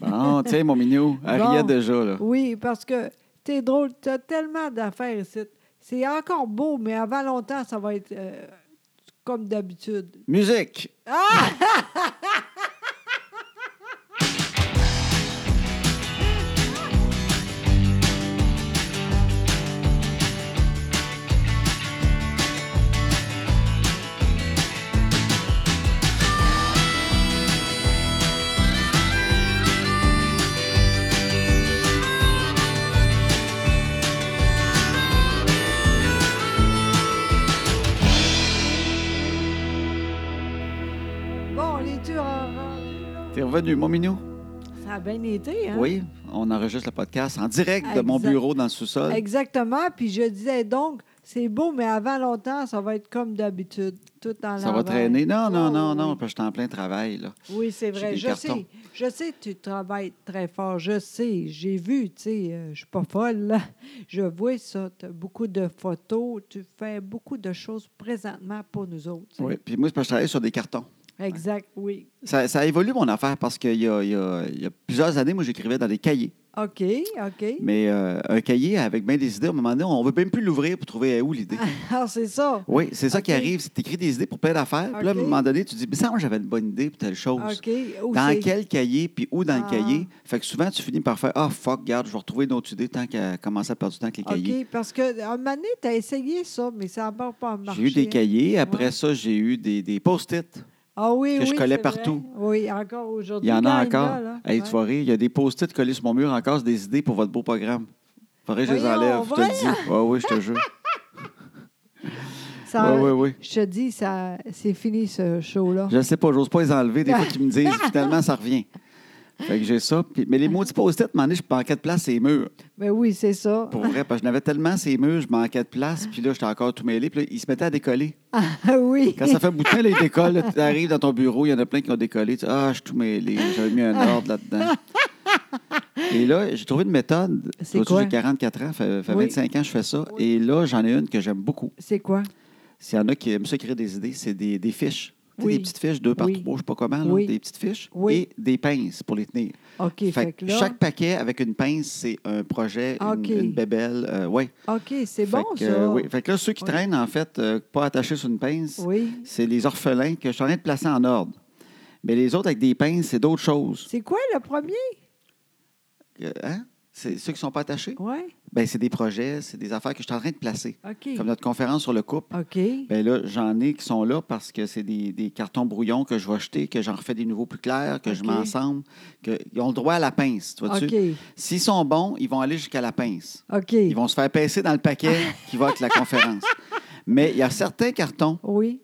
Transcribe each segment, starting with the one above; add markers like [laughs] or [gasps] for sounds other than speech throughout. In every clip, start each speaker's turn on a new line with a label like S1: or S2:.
S1: Bon, tiens, mon minou, elle
S2: Bon.
S1: riait déjà, là.
S2: Oui, parce que t'es drôle, t'as tellement d'affaires ici. C'est encore beau, mais avant longtemps, ça va être euh, comme d'habitude.
S1: Musique!
S2: Bon, les tu rendus là?
S1: T'es revenu, mon minou?
S2: Ça a bien été, hein?
S1: Oui, on enregistre le podcast en direct de mon
S2: Exact.
S1: bureau dans le sous-sol.
S2: Exactement. Puis je disais donc, c'est beau, mais avant longtemps, ça va être comme d'habitude, tout en
S1: Ça va
S2: l'envers.
S1: traîner. Non, non,
S2: Oh,
S1: non,
S2: oui.
S1: non, parce que je suis en plein travail, là.
S2: Oui, c'est
S1: J'ai
S2: vrai.
S1: des
S2: Je
S1: cartons.
S2: sais. Je sais que tu travailles très fort. Je sais. J'ai vu, tu sais, euh, je suis pas folle. là. Je vois ça. Tu as beaucoup de photos. Tu fais beaucoup de choses présentement pour nous autres. tu sais.
S1: Oui, puis moi, c'est parce que je travaille sur des cartons.
S2: Exact, oui.
S1: Ça, ça évolue, mon affaire, parce qu'il y a, il y a- il y a plusieurs années, moi, j'écrivais dans des cahiers.
S2: OK, OK.
S1: Mais euh, un cahier avec bien des idées, à un moment donné, on ne veut même plus l'ouvrir pour trouver où l'idée.
S2: [laughs] Alors, c'est ça.
S1: Oui, c'est ça qui
S2: Ah. OK.
S1: arrive. C'est écrit des idées pour plein d'affaires. Puis là, à un
S2: OK.
S1: moment donné, tu dis, mais ça, moi, j'avais une bonne idée pour telle chose.
S2: OK. Où
S1: Dans
S2: c'est?
S1: quel cahier, puis où dans le
S2: Ah.
S1: cahier. Fait que souvent, tu finis par faire Ah, fuck, regarde, je vais retrouver d'autres idées tant qu'à commencer à perdre du temps avec les cahiers.
S2: OK, parce que à un moment donné, tu as essayé ça, mais ça n'a pas pas marché. hein.
S1: J'ai eu des cahiers. Après
S2: Ouais.
S1: ça, j'ai eu des, des post-it.
S2: Ah oui,
S1: que je
S2: oui,
S1: collais
S2: c'est
S1: partout.
S2: vrai. Oui, encore
S1: Il
S2: aujourd'hui.
S1: y en a
S2: Quand
S1: encore.
S2: là.
S1: Hey,
S2: Ouais.
S1: tu vas rire, il y a des post-it collés sur mon mur encore, c'est des idées pour votre beau programme. Faudrait que je les
S2: Voyons,
S1: enlève, je te le dis. Oui, oui, je te jure. Oui,
S2: Ça-
S1: oui, oui.
S2: Je te dis, ça, c'est fini ce show-là.
S1: Je ne sais pas, j'ose pas les enlever. Des fois, qu'ils me
S2: [laughs]
S1: disent, finalement, ça revient. Fait que j'ai ça. Puis- mais les maudits post-it, à un moment donné, je manquais de place ces murs.
S2: Mais Ben oui, c'est ça.
S1: Pour vrai, parce que je n'avais tellement ces murs, je manquais de place. Puis là, j'étais encore tout mêlé. Puis là, ils se mettaient à décoller.
S2: Ah [laughs] oui.
S1: Quand ça fait un bout de temps, là, ils décollent. là, Tu arrives dans ton bureau, il y en a plein qui ont décollé. Tu dis, ah, je suis tout mêlé. J'avais mis un ordre là-dedans. Et là, j'ai trouvé une méthode.
S2: C'est
S1: Vois-tu,
S2: quoi?
S1: J'ai 44 ans, fait, fait
S2: Oui.
S1: 25 ans que je fais ça.
S2: Oui.
S1: Et là, j'en ai une que j'aime beaucoup.
S2: C'est quoi?
S1: S'il y en a qui aiment ça créer des idées, c'est des, des fiches. Tu sais,
S2: Oui.
S1: Des petites fiches, deux par
S2: Oui.
S1: trois, je sais pas comment, là,
S2: Oui.
S1: des petites fiches
S2: Oui.
S1: et des pinces pour les tenir.
S2: OK, fait,
S1: Fait que
S2: que là.
S1: Chaque paquet avec une pince, c'est un projet, une-
S2: OK.
S1: une, bébelle. euh, ouais.
S2: OK,
S1: Fait
S2: c'est bon,
S1: que,
S2: ça.
S1: euh, oui. Fait que là, ceux qui
S2: Oui.
S1: traînent, en fait, euh, pas attachés sur une pince,
S2: Oui.
S1: c'est les orphelins que je suis en train de placer en ordre. Mais les autres avec des pinces, c'est d'autres choses.
S2: C'est quoi le premier?
S1: Euh, hein? C'est ceux qui ne sont pas attachés?
S2: Oui.
S1: Ben, c'est des projets, c'est des affaires que je suis en train de placer.
S2: OK.
S1: Comme notre conférence sur le couple.
S2: OK.
S1: Ben là, j'en ai qui sont là parce que c'est des, des cartons brouillons que je vais acheter, que j'en refais des nouveaux plus clairs, que je
S2: OK.
S1: m'ensemble. que- Ils ont le droit à la pince, tu vois-tu?
S2: OK.
S1: S'ils sont bons, ils vont aller jusqu'à la pince.
S2: OK.
S1: Ils vont se faire pincer dans le paquet qui va avec la conférence. Mais il y a certains cartons
S2: Oui.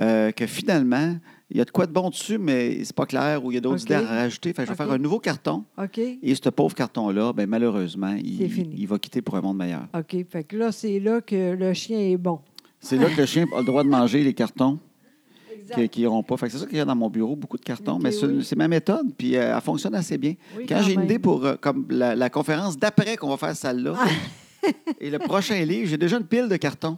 S1: euh, que finalement, il y a de quoi de bon dessus, mais c'est pas clair ou il y a d'autres
S2: OK.
S1: idées à rajouter. Fait que je vais
S2: OK.
S1: faire un nouveau carton
S2: OK.
S1: et ce pauvre carton-là, ben, malheureusement,
S2: C'est
S1: il,
S2: fini.
S1: il va quitter pour un monde meilleur.
S2: OK. Fait que là, c'est là que le chien est bon.
S1: C'est là que le chien a le droit de manger les cartons
S2: Exact.
S1: qui n'iront pas. Fait que c'est ça qu'il y a dans mon bureau, beaucoup de cartons,
S2: OK,
S1: mais c'est
S2: oui.
S1: c'est ma méthode, puis euh, elle fonctionne assez bien.
S2: Oui,
S1: quand
S2: quand
S1: j'ai une
S2: même.
S1: idée pour euh, comme la, la conférence d'après qu'on va faire celle-là,
S2: Ah.
S1: et le prochain livre, j'ai déjà une pile de cartons.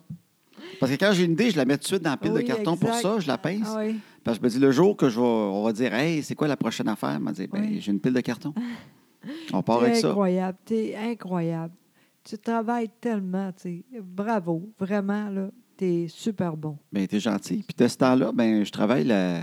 S1: Parce que quand j'ai une idée, je la mets tout de suite dans la pile
S2: Oui,
S1: de cartons pour
S2: exact.
S1: ça, je la pince.
S2: Ah oui.
S1: Parce que je me dis, le jour que je vais, on va dire, hey, c'est quoi la prochaine affaire? Elle m'a dit, ben,
S2: Oui.
S1: j'ai une pile de
S2: [laughs]
S1: cartons. On part avec
S2: T'es
S1: ça.
S2: incroyable, t'es incroyable. Tu travailles tellement, tu sais. Bravo, vraiment, là. T'es super bon.
S1: Ben, t'es gentil. Puis de ce temps-là, ben, je travaille la-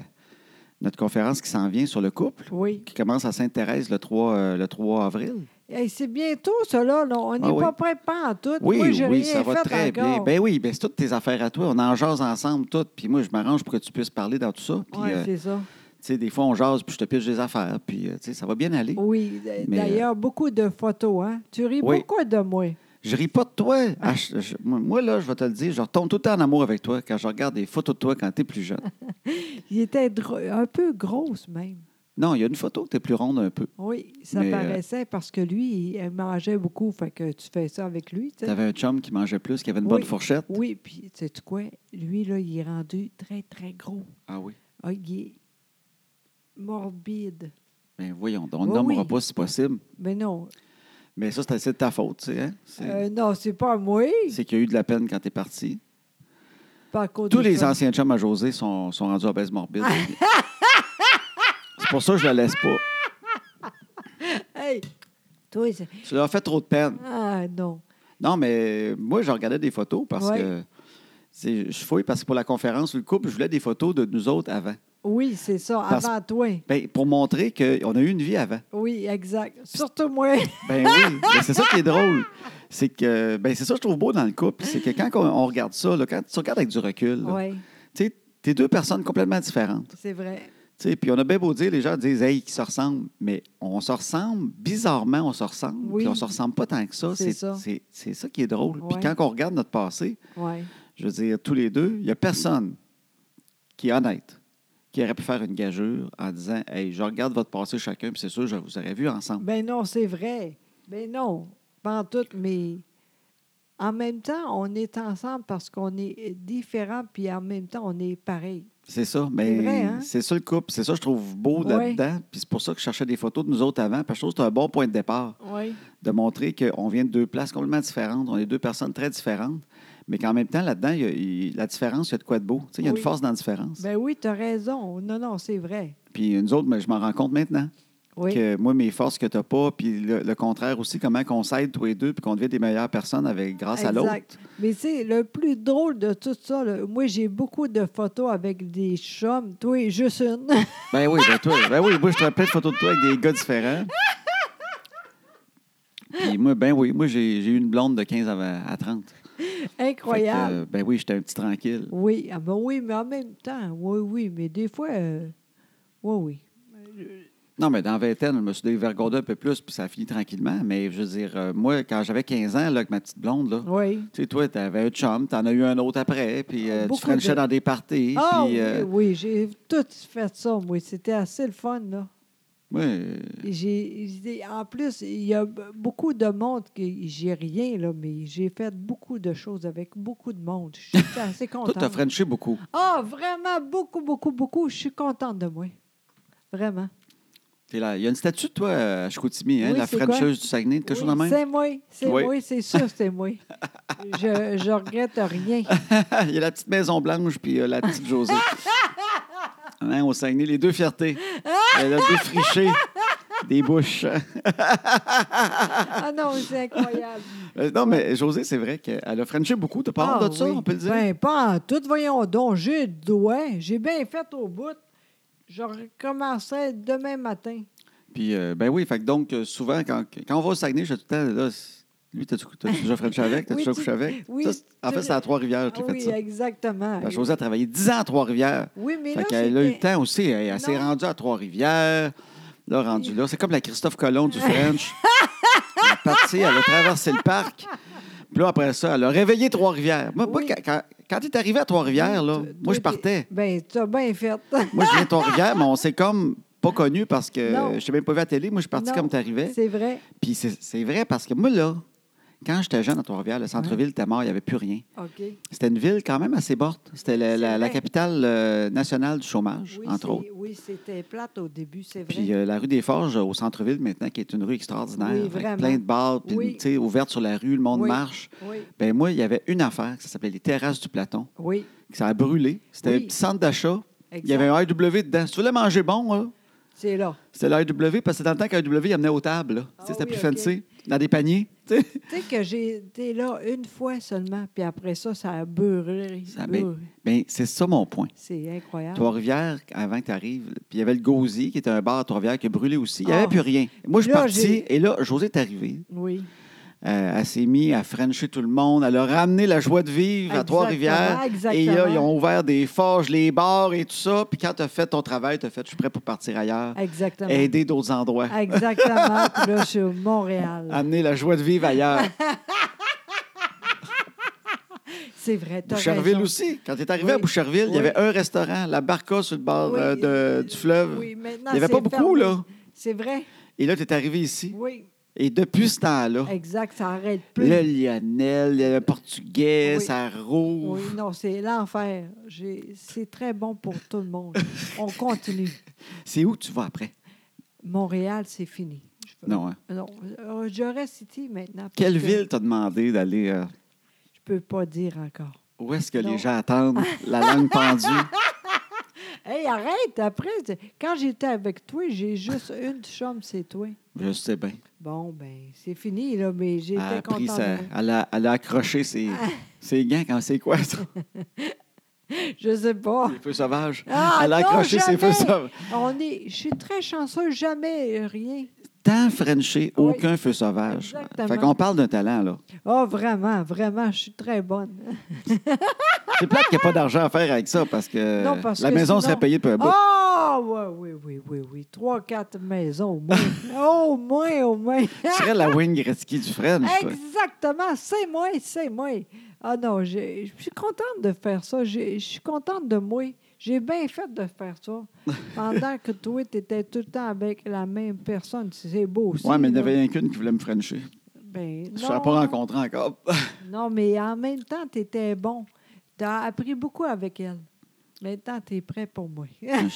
S1: notre conférence qui s'en vient sur le couple,
S2: Oui.
S1: qui commence à Sainte-Thérèse le 3, euh, le 3 avril.
S2: Hey, c'est bientôt, cela. là. On n'est
S1: Ah oui.
S2: pas prêt pas en tout.
S1: Oui,
S2: Moi, j'ai
S1: oui,
S2: rien
S1: ça va
S2: fait
S1: très bien.
S2: encore.
S1: Ben oui, ben c'est toutes tes affaires à toi. On en jase ensemble toutes. Puis moi, je m'arrange pour que tu puisses parler dans tout ça. Puis,
S2: Oui,
S1: euh, tu
S2: c'est ça.
S1: sais, des fois, on jase, puis je te pitche des affaires. Puis, euh, tu sais, ça va bien aller.
S2: Oui,
S1: mais, euh,
S2: d'ailleurs, beaucoup de photos. Hein? Tu ris
S1: oui.
S2: beaucoup de moi.
S1: Je ris pas de toi. Ah, je- je- moi- moi, là, je vais te le dire, je retombe tout le temps en amour avec toi quand je regarde des photos de toi quand t'es plus jeune.
S2: Il était dro- un peu grosse même.
S1: Non, il y a une photo que t'es plus ronde un peu.
S2: Oui, ça
S1: Mais, euh,
S2: paraissait parce que lui, il- il mangeait beaucoup. Fait que tu fais ça avec lui. tu sais.
S1: T'avais un chum qui mangeait plus, qui avait une
S2: Oui.
S1: bonne fourchette.
S2: Oui, puis tu sais quoi? Lui, là, il est rendu très, très gros.
S1: Ah oui.
S2: Ah, il est morbide.
S1: Ben voyons, donc, on ne
S2: Oui,
S1: nommera
S2: oui.
S1: pas si possible.
S2: Mais non,
S1: Mais ça, c'est c'est de ta faute, tu sais. hein? C'est
S2: euh, non, c'est pas moi.
S1: c'est qu'il y a eu de la peine quand t'es parti.
S2: Par contre,
S1: Tous les
S2: ça-
S1: anciens chums à José
S2: [laughs]
S1: sont, sont rendus obèses morbides. c'est pour ça que je la laisse pas.
S2: Hey! Toi, c'est-
S1: Tu leur fais trop de peine.
S2: Ah non.
S1: Non, mais moi, je regardais des photos parce
S2: Ouais.
S1: que c'est- je fouille parce que pour la conférence sur le couple, je voulais des photos de nous autres avant.
S2: Oui, c'est ça.
S1: Parce-
S2: Avant toi.
S1: Ben, pour montrer qu'on a eu une vie avant.
S2: Oui, exact. Surtout moi. [laughs]
S1: Ben oui, mais c'est ça qui est drôle. C'est que ben c'est ça que je trouve beau dans le couple, c'est que quand on, on regarde ça, là, quand tu regardes avec du recul, là,
S2: oui,
S1: tu sais, t'es deux personnes complètement différentes.
S2: c'est vrai.
S1: Tu sais, puis on a bien beau dire, les gens disent Hey, qui se ressemblent, mais on se ressemble, bizarrement, on se ressemble,
S2: Oui.
S1: puis on se ressemble pas tant que ça.
S2: C'est
S1: C'est
S2: ça.
S1: c'est- c'est ça qui est drôle. Puis
S2: Ouais.
S1: quand on regarde notre passé,
S2: Oui.
S1: je veux dire, tous les deux, il n'y a personne qui est honnête, qui aurait pu faire une gageure en disant Hey, je regarde votre passé chacun, puis c'est sûr, je vous aurais vu ensemble.
S2: Ben non, c'est vrai. Ben non. Pas en tout, mais en même temps, on est ensemble parce qu'on est différents, puis en même temps, on est pareil.
S1: C'est ça,
S2: vrai,
S1: mais
S2: hein?
S1: c'est ça le couple. C'est ça que je trouve beau
S2: Ouais.
S1: là-dedans. Puis c'est pour ça que je cherchais des photos de nous autres avant, parce que je trouve que c'est un bon point de départ.
S2: Oui.
S1: de montrer qu'on vient de deux places complètement différentes, on est deux personnes très différentes, mais qu'en même temps, là-dedans, il y a- il- la différence, il y a de quoi de beau. Tu sais, Il y a
S2: Oui.
S1: une force dans la différence.
S2: Ben oui, tu as raison. Non, non, c'est vrai.
S1: Puis nous autres, mais je m'en rends compte maintenant
S2: Oui.
S1: que moi, mes forces que tu n'as pas, puis le, le contraire aussi, comment qu'on s'aide tous les deux, puis qu'on devient des meilleures personnes avec, grâce à l'autre.
S2: Exact. Mais c'est le plus drôle de tout ça. là. Moi, j'ai beaucoup de photos avec des chums. Toi, juste une. [laughs]
S1: Ben oui, ben toi, ben oui, moi, je te plein de photos de toi avec des gars différents. Puis moi, ben oui, moi, j'ai j'ai eu une blonde de 15 à, vingt- à 30. Fait que,
S2: Incroyable.
S1: euh, ben oui, j'étais un petit tranquille.
S2: Oui, ah ben oui, mais en même temps, oui, oui, mais des fois, euh, oui,
S1: Non, mais dans la vingtaine, je me suis dévergondé un peu plus, puis ça a fini tranquillement. Mais je veux dire, euh, moi, quand j'avais 15 ans, là, avec ma petite blonde, là,
S2: oui. Oui.
S1: tu sais, toi, t'avais un chum, t'en as eu un autre après, puis euh, tu
S2: Beaucoup
S1: frenchais
S2: de-
S1: dans des parties.
S2: Ah
S1: puis, euh,
S2: oui, oui, j'ai tout fait ça, moi. C'était assez le fun, là.
S1: moi, euh,
S2: Et j'ai- j'ai- en plus, il y a b- beaucoup de monde qui. J'ai rien, là, mais j'ai fait beaucoup de choses avec beaucoup de monde. Je suis assez
S1: toi, t'as
S2: contente.
S1: frenché beaucoup.
S2: Ah, vraiment, beaucoup, beaucoup, beaucoup. Je suis contente de moi. Vraiment.
S1: T'es là. Il y a une statue de toi euh, à Chicoutimi, hein,
S2: Oui,
S1: la
S2: c'est quoi?
S1: frencheuse du Saguenay, quelque chose
S2: Oui,
S1: de même.
S2: c'est moi, c'est
S1: Oui.
S2: moi, c'est sûr, c'est moi. Je, je regrette rien.
S1: [laughs] Il y a la petite Maison Blanche, puis euh, la petite
S2: [laughs]
S1: Josée. Hein, au Saguenay, les deux fiertés. Elle a défriché des bouches. [laughs]
S2: Ah non, c'est incroyable.
S1: Euh, non, mais Josée, c'est vrai qu'elle a frenché beaucoup. T'as pas
S2: Ah
S1: honte de ça,
S2: oui.
S1: on peut le dire?
S2: Ben, pas en tout. Voyons donc, j'ai le doigt. J'ai bien fait au bout. Je recommencerai demain matin.
S1: Puis, euh, ben oui, fait que donc, euh, souvent, quand, quand on va au Saguenay, je dis tout le temps, là, c'est- lui, t'as-tu t'as-tu
S2: [laughs]
S1: déjà frenché avec? T'as-tu
S2: Oui,
S1: déjà
S2: tu-
S1: couché avec?
S2: oui,
S1: Ça, c'est- en
S2: tu-
S1: fait, c'est à Trois-Rivières que
S2: Ah
S1: j'ai
S2: oui,
S1: fait ça. Ben,
S2: exactement.
S1: La chose a travaillé 10 ans à Trois-Rivières.
S2: Oui, mais
S1: Fait
S2: là,
S1: qu'elle a eu le
S2: c'était-
S1: temps aussi. Elle, elle s'est
S2: Non.
S1: rendue à Trois-Rivières. Là, rendue là. C'est comme la Christophe Colomb du French. elle est partie, elle a traversé le parc. Puis là, après ça, elle a réveillé Trois-Rivières. Moi, moi,
S2: Oui.
S1: quand, quand, quand t'es arrivé à Trois-Rivières, là,
S2: Toi,
S1: moi, je
S2: t'es-
S1: partais.
S2: Ben, tu as bien fait.
S1: Moi, je viens de Trois-Rivières, mais on s'est comme pas connus parce que
S2: Non.
S1: euh, je t'ai même pas vu à la télé. Moi, je suis [laughs] parti
S2: Non,
S1: comme t'arrivais.
S2: C'est vrai.
S1: Puis c'est c'est vrai parce que moi, là, quand j'étais jeune à Trois-Rivières, le centre-ville était mort, il n'y avait plus rien.
S2: OK.
S1: C'était une ville quand même assez morte. C'était la,
S2: C'est
S1: la- la
S2: vrai.
S1: capitale euh, nationale du chômage,
S2: Oui, c'est-
S1: entre autres.
S2: Oui, c'était plate au début, c'est vrai.
S1: Puis euh, la rue des Forges, euh, au centre-ville maintenant, qui est une rue extraordinaire,
S2: Oui, vraiment.
S1: avec plein de bars, puis
S2: Oui.
S1: tu sais, ouverte sur la rue, le monde
S2: Oui.
S1: marche.
S2: Oui,
S1: Ben moi, il y avait une affaire, ça s'appelait les terrasses du Platon,
S2: oui,
S1: que ça a brûlé. C'était
S2: Oui.
S1: un petit centre d'achat. Il y
S2: exact.
S1: avait un IW dedans. Si tu voulais manger bon, là,
S2: C'est là.
S1: c'était l'IW, parce que c'est dans le temps qu'IW, il amenait aux tables. là. Tu sais,
S2: Ah
S1: c'était
S2: oui,
S1: plus
S2: OK.
S1: fancy, dans des paniers. tu sais.
S2: Tu sais que j'ai été là une fois seulement, puis après ça, ça a brûlé.
S1: Ça a
S2: brûlé.
S1: bien- Ben, c'est ça mon point.
S2: C'est incroyable.
S1: Trois-Rivières, avant que tu arrives, puis il y avait le Gauzy, qui était un bar à Trois-Rivières, qui a brûlé aussi. Il n'y avait
S2: Ah.
S1: plus rien. Moi, je suis
S2: Là,
S1: parti,
S2: j'ai-
S1: et là, Josée est arrivée.
S2: Oui.
S1: Euh, elle s'est mise à frencher tout le monde. Elle a ramené la joie de vivre à
S2: Exactement,
S1: Trois-Rivières. Et là,
S2: exactement.
S1: ils ont ouvert des forges, les bars et tout ça. Puis quand tu as fait ton travail, tu as fait « Je suis prêt pour partir ailleurs.
S2: Exactement.
S1: Aider d'autres endroits. [laughs]
S2: Exactement. Puis là, je suis au Montréal.
S1: Amener la joie de vivre ailleurs.
S2: C'est vrai. [laughs] t'as
S1: Boucherville
S2: raison.
S1: aussi. Quand tu es arrivé à
S2: Oui.
S1: Boucherville, il y
S2: Oui.
S1: avait un restaurant, la Barca sur le bord
S2: Oui.
S1: euh, de- du fleuve.
S2: Oui, maintenant,
S1: Il y avait pas
S2: c'est
S1: beaucoup,
S2: fermé.
S1: là.
S2: C'est vrai.
S1: Et là, tu es arrivé ici.
S2: Oui,
S1: Et depuis ce temps-là,
S2: exact. Ça arrête plus.
S1: le Lionel, le Portugais,
S2: Oui.
S1: ça
S2: Oui,
S1: rouvre.
S2: non, c'est l'enfer. J'ai- C'est très bon pour tout
S1: [laughs]
S2: le monde. On continue.
S1: C'est où que tu vas après?
S2: Montréal, c'est fini. Je peux-
S1: Non, hein?
S2: Non, euh, je reste ici maintenant. parce
S1: Quelle
S2: que
S1: ville t'as demandé d'aller? euh,
S2: Je peux pas dire encore.
S1: où est-ce que
S2: Non. [laughs]
S1: les gens attendent la langue pendue?
S2: Hey, arrête, après, c'est- quand j'étais avec toi, j'ai juste une chambre, c'est toi.
S1: Je sais bien.
S2: Bon, ben, c'est fini, là, mais j'étais
S1: Elle a, Ah, pris
S2: contente. Ah.
S1: sa- elle, a, elle a accroché ses, ses gants quand c'est quoi,
S2: [laughs]
S1: ça?
S2: Je sais pas.
S1: Les feux sauvages.
S2: Ah,
S1: elle a
S2: non,
S1: accroché ses feux
S2: jamais!
S1: sauvages.
S2: On est, je suis très chanceux, jamais rien.
S1: Tant Frenché,
S2: Oui.
S1: aucun feu sauvage.
S2: Exactement.
S1: Fait qu'on parle d'un talent, là.
S2: Oh, vraiment, vraiment, je suis très bonne.
S1: C'est plate qu'il n'y a pas d'argent à faire avec ça parce que
S2: Non, parce
S1: la
S2: que
S1: maison
S2: sinon-
S1: serait payée peu à bout.
S2: Oh, oui, oui, oui, oui, oui. Trois, quatre maisons au
S1: [laughs]
S2: moins. au moins, au moins.
S1: Tu serais la Wayne Gretzky du French. toi.
S2: Exactement, c'est moi, c'est moi. Ah non, j'ai- je suis contente de faire ça. J'ai- Je suis contente de moi. J'ai bien fait de faire
S1: [laughs]
S2: ça. Pendant que toi, tu étais tout le temps avec la même personne. C'est beau aussi.
S1: Oui, mais il n'y
S2: là.
S1: en avait rien qu'une qui voulait me Frencher.
S2: Ben,
S1: Je ne
S2: non.
S1: l'ai pas rencontré encore. [laughs]
S2: Non, mais en même temps, tu étais bon. Tu as appris beaucoup avec elle. Maintenant, tu es prêt
S1: [laughs]
S2: pour moi.
S1: J'étais-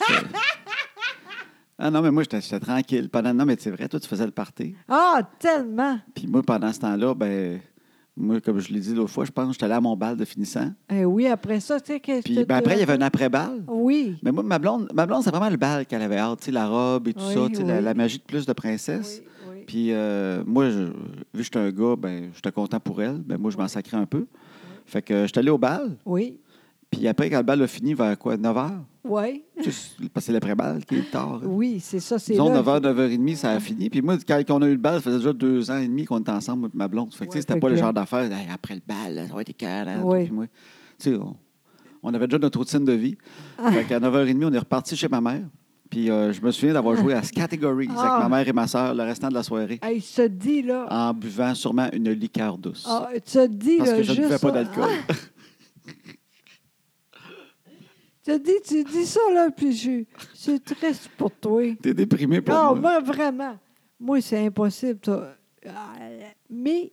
S1: ah non, mais moi, j'étais j'étais tranquille. Pendant... Non, mais c'est vrai, toi, tu faisais le party.
S2: Ah, tellement!
S1: Puis moi, pendant ce temps-là, ben moi, comme je l'ai dit l'autre fois, je pense que j'étais allé à mon bal de finissant.
S2: Eh oui, après ça, tu sais, qu'est-ce que
S1: Puis ben,
S2: tu-
S1: après, il y avait un après-bal.
S2: Oui.
S1: Mais moi, ma blonde, ma blonde c'est vraiment le bal qu'elle avait hâte, tu sais, la robe et tout
S2: Oui,
S1: ça, tu sais, la,
S2: oui.
S1: la magie de plus de princesse.
S2: Oui, oui.
S1: Puis euh, moi, je- vu que j'étais un gars, ben, j'étais content pour elle. Ben, moi, je m'en sacrais un peu. Fait que j'étais allé au bal.
S2: Oui.
S1: Puis après, quand le bal a fini, vers quoi, 9
S2: [laughs]
S1: h?
S2: Oui.
S1: Parce que c'est l'après-bal qui est tard.
S2: Oui, c'est ça, c'est
S1: Disons
S2: là.
S1: 9 h, 9 h 30, ça a fini. Puis moi, quand on a eu le bal, ça faisait déjà deux ans et demi qu'on était ensemble, moi et ma blonde. Fait que tu sais,
S2: Ouais,
S1: c'était
S2: fait
S1: pas le
S2: que-
S1: genre d'affaire, Hey, après le bal, là, ça va être écœurant.
S2: Ouais.
S1: Puis moi, tu sais, on, on avait déjà notre routine de vie.
S2: Ah.
S1: Fait qu'à 9 h 30, on est reparti chez ma mère. Puis euh, je me souviens d'avoir joué à ce category
S2: Ah.
S1: avec ma mère et ma soeur le restant de la soirée
S2: Hey, se dit, là.
S1: en buvant sûrement une liqueur douce.
S2: Ah, tu te dis,
S1: parce
S2: là,
S1: que je ne
S2: juste
S1: buvais pas
S2: ça. Ah,
S1: d'alcool.
S2: Tu te dis, tu dis ça, là, puis je, je suis triste pour toi.
S1: [laughs] T'es déprimé pour
S2: Non,
S1: moi.
S2: moi, vraiment. Moi, c'est impossible, ça. Ah, Mais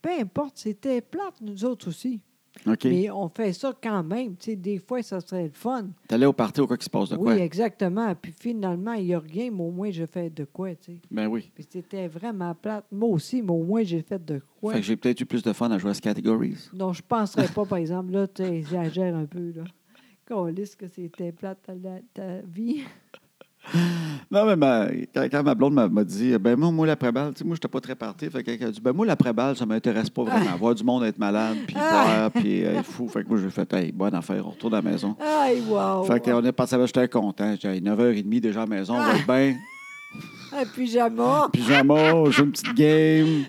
S2: peu importe, c'était plate, nous autres aussi.
S1: OK.
S2: Mais on fait ça quand même. Tu sais, des fois, ça serait le fun.
S1: T'allais au party ou quoi qui se passe de quoi?
S2: Oui, exactement. Puis finalement, il n'y a rien, mais au moins, je fais de quoi, tu sais.
S1: Ben oui.
S2: Puis c'était vraiment plate. Moi aussi, mais au moins, j'ai fait de quoi.
S1: Fait que j'ai peut-être eu plus de fun à jouer à ce category.
S2: Non, je ne penserais pas, par exemple, là, tu exagères un peu, là. Câlisse que c'était plate ta, la- ta vie.
S1: Non, mais ma- quand, quand ma blonde m'a m'a dit, ben moi, moi l'après-balle, tu sais, moi, j'étais pas très parti. Fait que quelqu'un a dit, ben moi, l'après-balle, ça m'intéresse pas vraiment. Voir du monde être malade, puis
S2: Ah.
S1: boire, puis euh, être fou. Fait que moi, j'ai fait, hey, bonne affaire, on retourne à la maison.
S2: Aïe, wow!
S1: Fait qu'on est passé, ben, j'étais content. J'ai dit, Hey, 9h30 déjà à la maison, on
S2: Ah.
S1: va être bien.
S2: Un pyjama!
S1: Pyjama, on joue une petite game.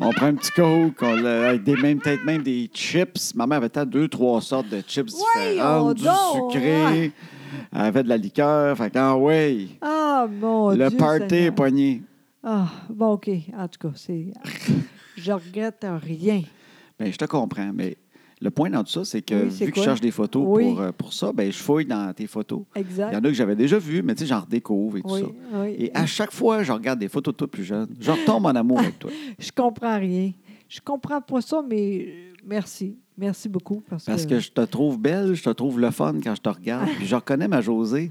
S1: On prend un petit coke, on l'a- avec des mêmes, peut-être même des chips. Ma mère avait peut-être deux, trois sortes de chips
S2: Voyons
S1: différentes, du
S2: donc,
S1: sucré, elle avait de la liqueur. Fait que, ah ouais,
S2: Ah, mon Dieu!
S1: le party est
S2: Seigneur.
S1: poigné.
S2: Ah, bon, OK. En tout cas, c'est... [laughs] je regrette rien.
S1: Bien, je te comprends, mais le point dans tout ça, c'est que
S2: Oui, c'est
S1: vu que
S2: quoi?
S1: je cherche des photos
S2: Oui.
S1: pour, euh, pour ça, ben, je fouille dans tes photos. Il y en
S2: Exact.
S1: a que j'avais déjà vues, mais tu sais, j'en redécouvre et tout
S2: Oui,
S1: ça.
S2: oui.
S1: Et à chaque fois, je regarde des photos de toi plus jeune. Je retombe en amour
S2: [laughs]
S1: avec toi.
S2: Je comprends rien. Je comprends pas ça, mais euh, merci. Merci beaucoup. Parce,
S1: Parce que je te trouve belle, je te trouve le fun quand je te regarde, puis je reconnais ma Josée.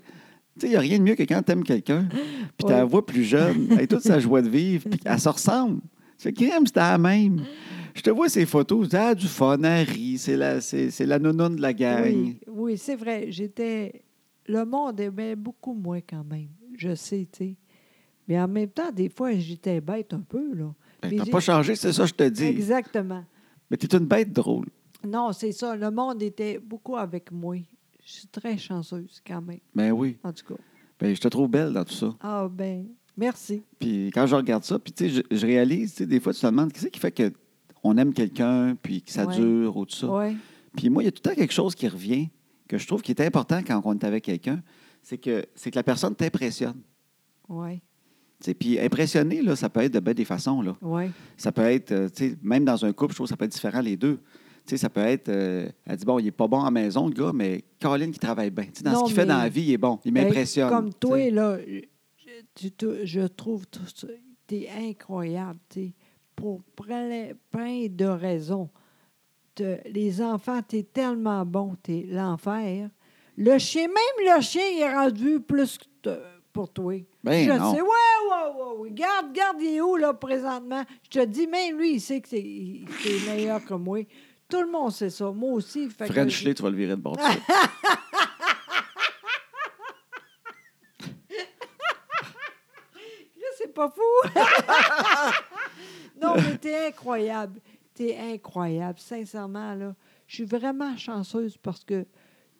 S1: Tu sais, il n'y a rien de mieux que quand tu aimes quelqu'un, puis tu la
S2: Oui.
S1: vois plus jeune,
S2: [laughs]
S1: avec toute sa joie de vivre, puis elle se ressemble. Tu fais crime, c'était la même. Je te vois ces photos, tu dis, ah, du fun, elle rit, c'est la, c'est, c'est la nounoune de la gang.
S2: Oui, oui c'est vrai. J'étais. Le monde aimait beaucoup moins quand même. Je sais, tu sais. Mais en même temps, des fois, j'étais bête un peu, là.
S1: Ben,
S2: Mais
S1: t'as
S2: j'ai-
S1: pas changé, c'est ça que je te dis.
S2: Exactement.
S1: Mais t'es une bête drôle.
S2: Non, c'est ça. Le monde était beaucoup avec moi. Je suis très chanceuse quand même,
S1: Ben oui.
S2: en tout cas.
S1: Ben, je te trouve belle dans tout ça.
S2: Ah, ben, merci.
S1: Puis quand je regarde ça, puis tu sais, je, je réalise, tu sais, des fois, tu te demandes qu'est-ce qui fait que on aime quelqu'un, puis que ça
S2: Ouais.
S1: dure ou tout ça.
S2: Oui,
S1: Puis moi, il y a tout le temps quelque chose qui revient, que je trouve qui est important quand on est avec quelqu'un, c'est que, c'est que la personne t'impressionne.
S2: oui,
S1: Tu sais, Puis impressionner, là, ça peut être de bien des façons. Là.
S2: oui.
S1: Ça peut être, euh, tu sais, même dans un couple, je trouve que ça peut être différent les deux. Tu sais, ça peut être, euh, elle dit, bon, il est pas bon à la maison, le gars, mais Colin qui travaille bien. Tu sais, dans
S2: Non,
S1: ce qu'il fait
S2: mais-
S1: dans la vie, il est bon. Il
S2: Ben,
S1: m'impressionne.
S2: Comme
S1: tu sais.
S2: toi, là, je, tu te- je trouve tout ça. T'es incroyable, t'es pour plein, plein de raisons. Te- les enfants, t'es tellement bon, t'es l'enfer. Le chien, même le chien, il est rendu plus que te- pour toi.
S1: Ben
S2: je
S1: non.
S2: sais, ouais, ouais, ouais, ouais. Garde, garde, il est où, là, présentement? Je te dis, même lui, il sait que c'est il- c'est meilleur que moi. Tout le monde sait ça. Moi aussi. fait que-
S1: French Lay, tu vas le virer de bord.
S2: pas fou. [laughs] non, mais t'es incroyable. T'es incroyable, sincèrement, là. Je suis vraiment chanceuse parce que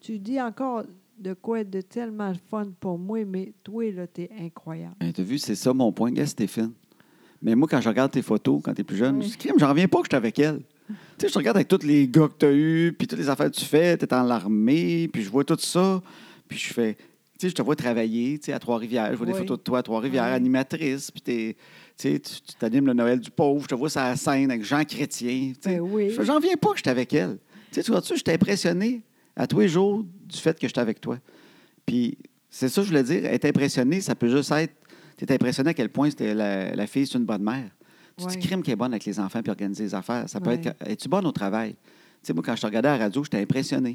S2: tu dis encore de quoi de tellement fun pour moi, mais toi, là, t'es incroyable.
S1: Ben, T'as vu, c'est ça mon point. Gars, Stéphane. Mais moi, quand je regarde tes photos, quand t'es plus jeune, je me dis, Crime, j'en reviens pas que j'étais avec elle. Tu sais, je te regarde avec tous les gars que t'as eu, puis toutes les affaires que tu fais, t'es dans l'armée, puis je vois tout ça, puis je fais. Tu sais, je te vois travailler, tu sais, à Trois-Rivières. Je vois des
S2: Oui.
S1: photos de toi à Trois-Rivières,
S2: Ouais.
S1: animatrice, puis t'es- tu sais, tu tu t'animes le Noël du pauvre. Je te vois sur la scène avec Jean Chrétien. tu sais.
S2: Ben oui.
S1: Je fais, j'en reviens pas que j'étais avec elle. Tu sais, tu vois-tu, j'étais impressionné à tous les jours du fait que j'étais avec toi. Puis c'est ça que je voulais dire. Être impressionné, ça peut juste être. Tu es impressionné à quel point c'était la, la fille, c'est une bonne mère. Tu
S2: Ouais.
S1: te crimes qu'elle est bonne avec les enfants puis organiser les affaires. Ça peut
S2: Ouais.
S1: être. que- Es-tu bonne au travail? Tu sais, moi, quand je te regardais à la radio, j'étais impressionné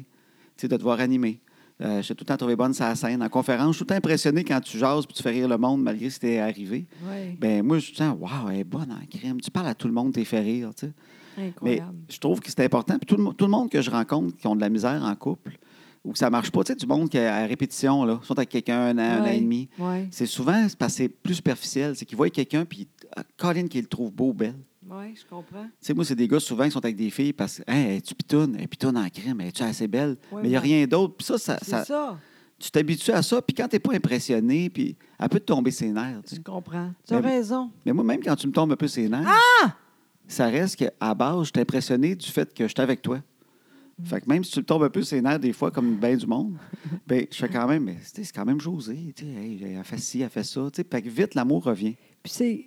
S1: tu sais, de te voir animer. Euh, je t'ai tout le temps trouvé bonne sur la scène. En conférence, je suis tout le temps impressionné quand tu jases puis tu fais rire le monde malgré ce qui t'est arrivé.
S2: Oui,
S1: Ben moi, je suis tout le temps, waouh, elle est bonne en crime. Tu parles à tout le monde, t'es fait rire. tu sais.
S2: Ben,
S1: Mais
S2: incroyable.
S1: je trouve que c'est important. Puis tout le, mo- tout le monde que je rencontre qui ont de la misère en couple ou que ça marche pas, tu sais, du monde qui est à répétition, là, sont avec quelqu'un un an, un an et demi.
S2: Oui,
S1: C'est souvent c'est parce que c'est plus superficiel. C'est qu'ils voient quelqu'un, puis ah, Colin, qui le trouve beau, belle.
S2: oui, je comprends.
S1: Tu sais, moi, c'est des gars souvent qui sont avec des filles parce que, hey, es-tu pitoune? Elle pitoune en crime, es-tu assez belle?
S2: Ouais,
S1: mais il n'y a
S2: mais-
S1: rien d'autre. Puis ça, ça,
S2: C'est
S1: ça-
S2: ça.
S1: tu t'habitues à ça, puis quand tu n'es pas impressionné, puis elle peut te tomber ses nerfs. tu sais.
S2: Je comprends. Tu as
S1: Mais-
S2: raison.
S1: Mais moi, même quand tu me tombes un peu ses nerfs,
S2: Ah!
S1: ça reste qu'à base, je suis impressionné du fait que j'étais avec toi. Fait que même si tu me tombes un peu ses nerfs des fois, comme bien du [laughs] monde, ben, je fais quand même, mais, tu sais, c'est quand même José. tu sais, hey, elle fait ci, elle fait ça. tu sais. Fait que vite, l'amour revient.
S2: Puis c'est.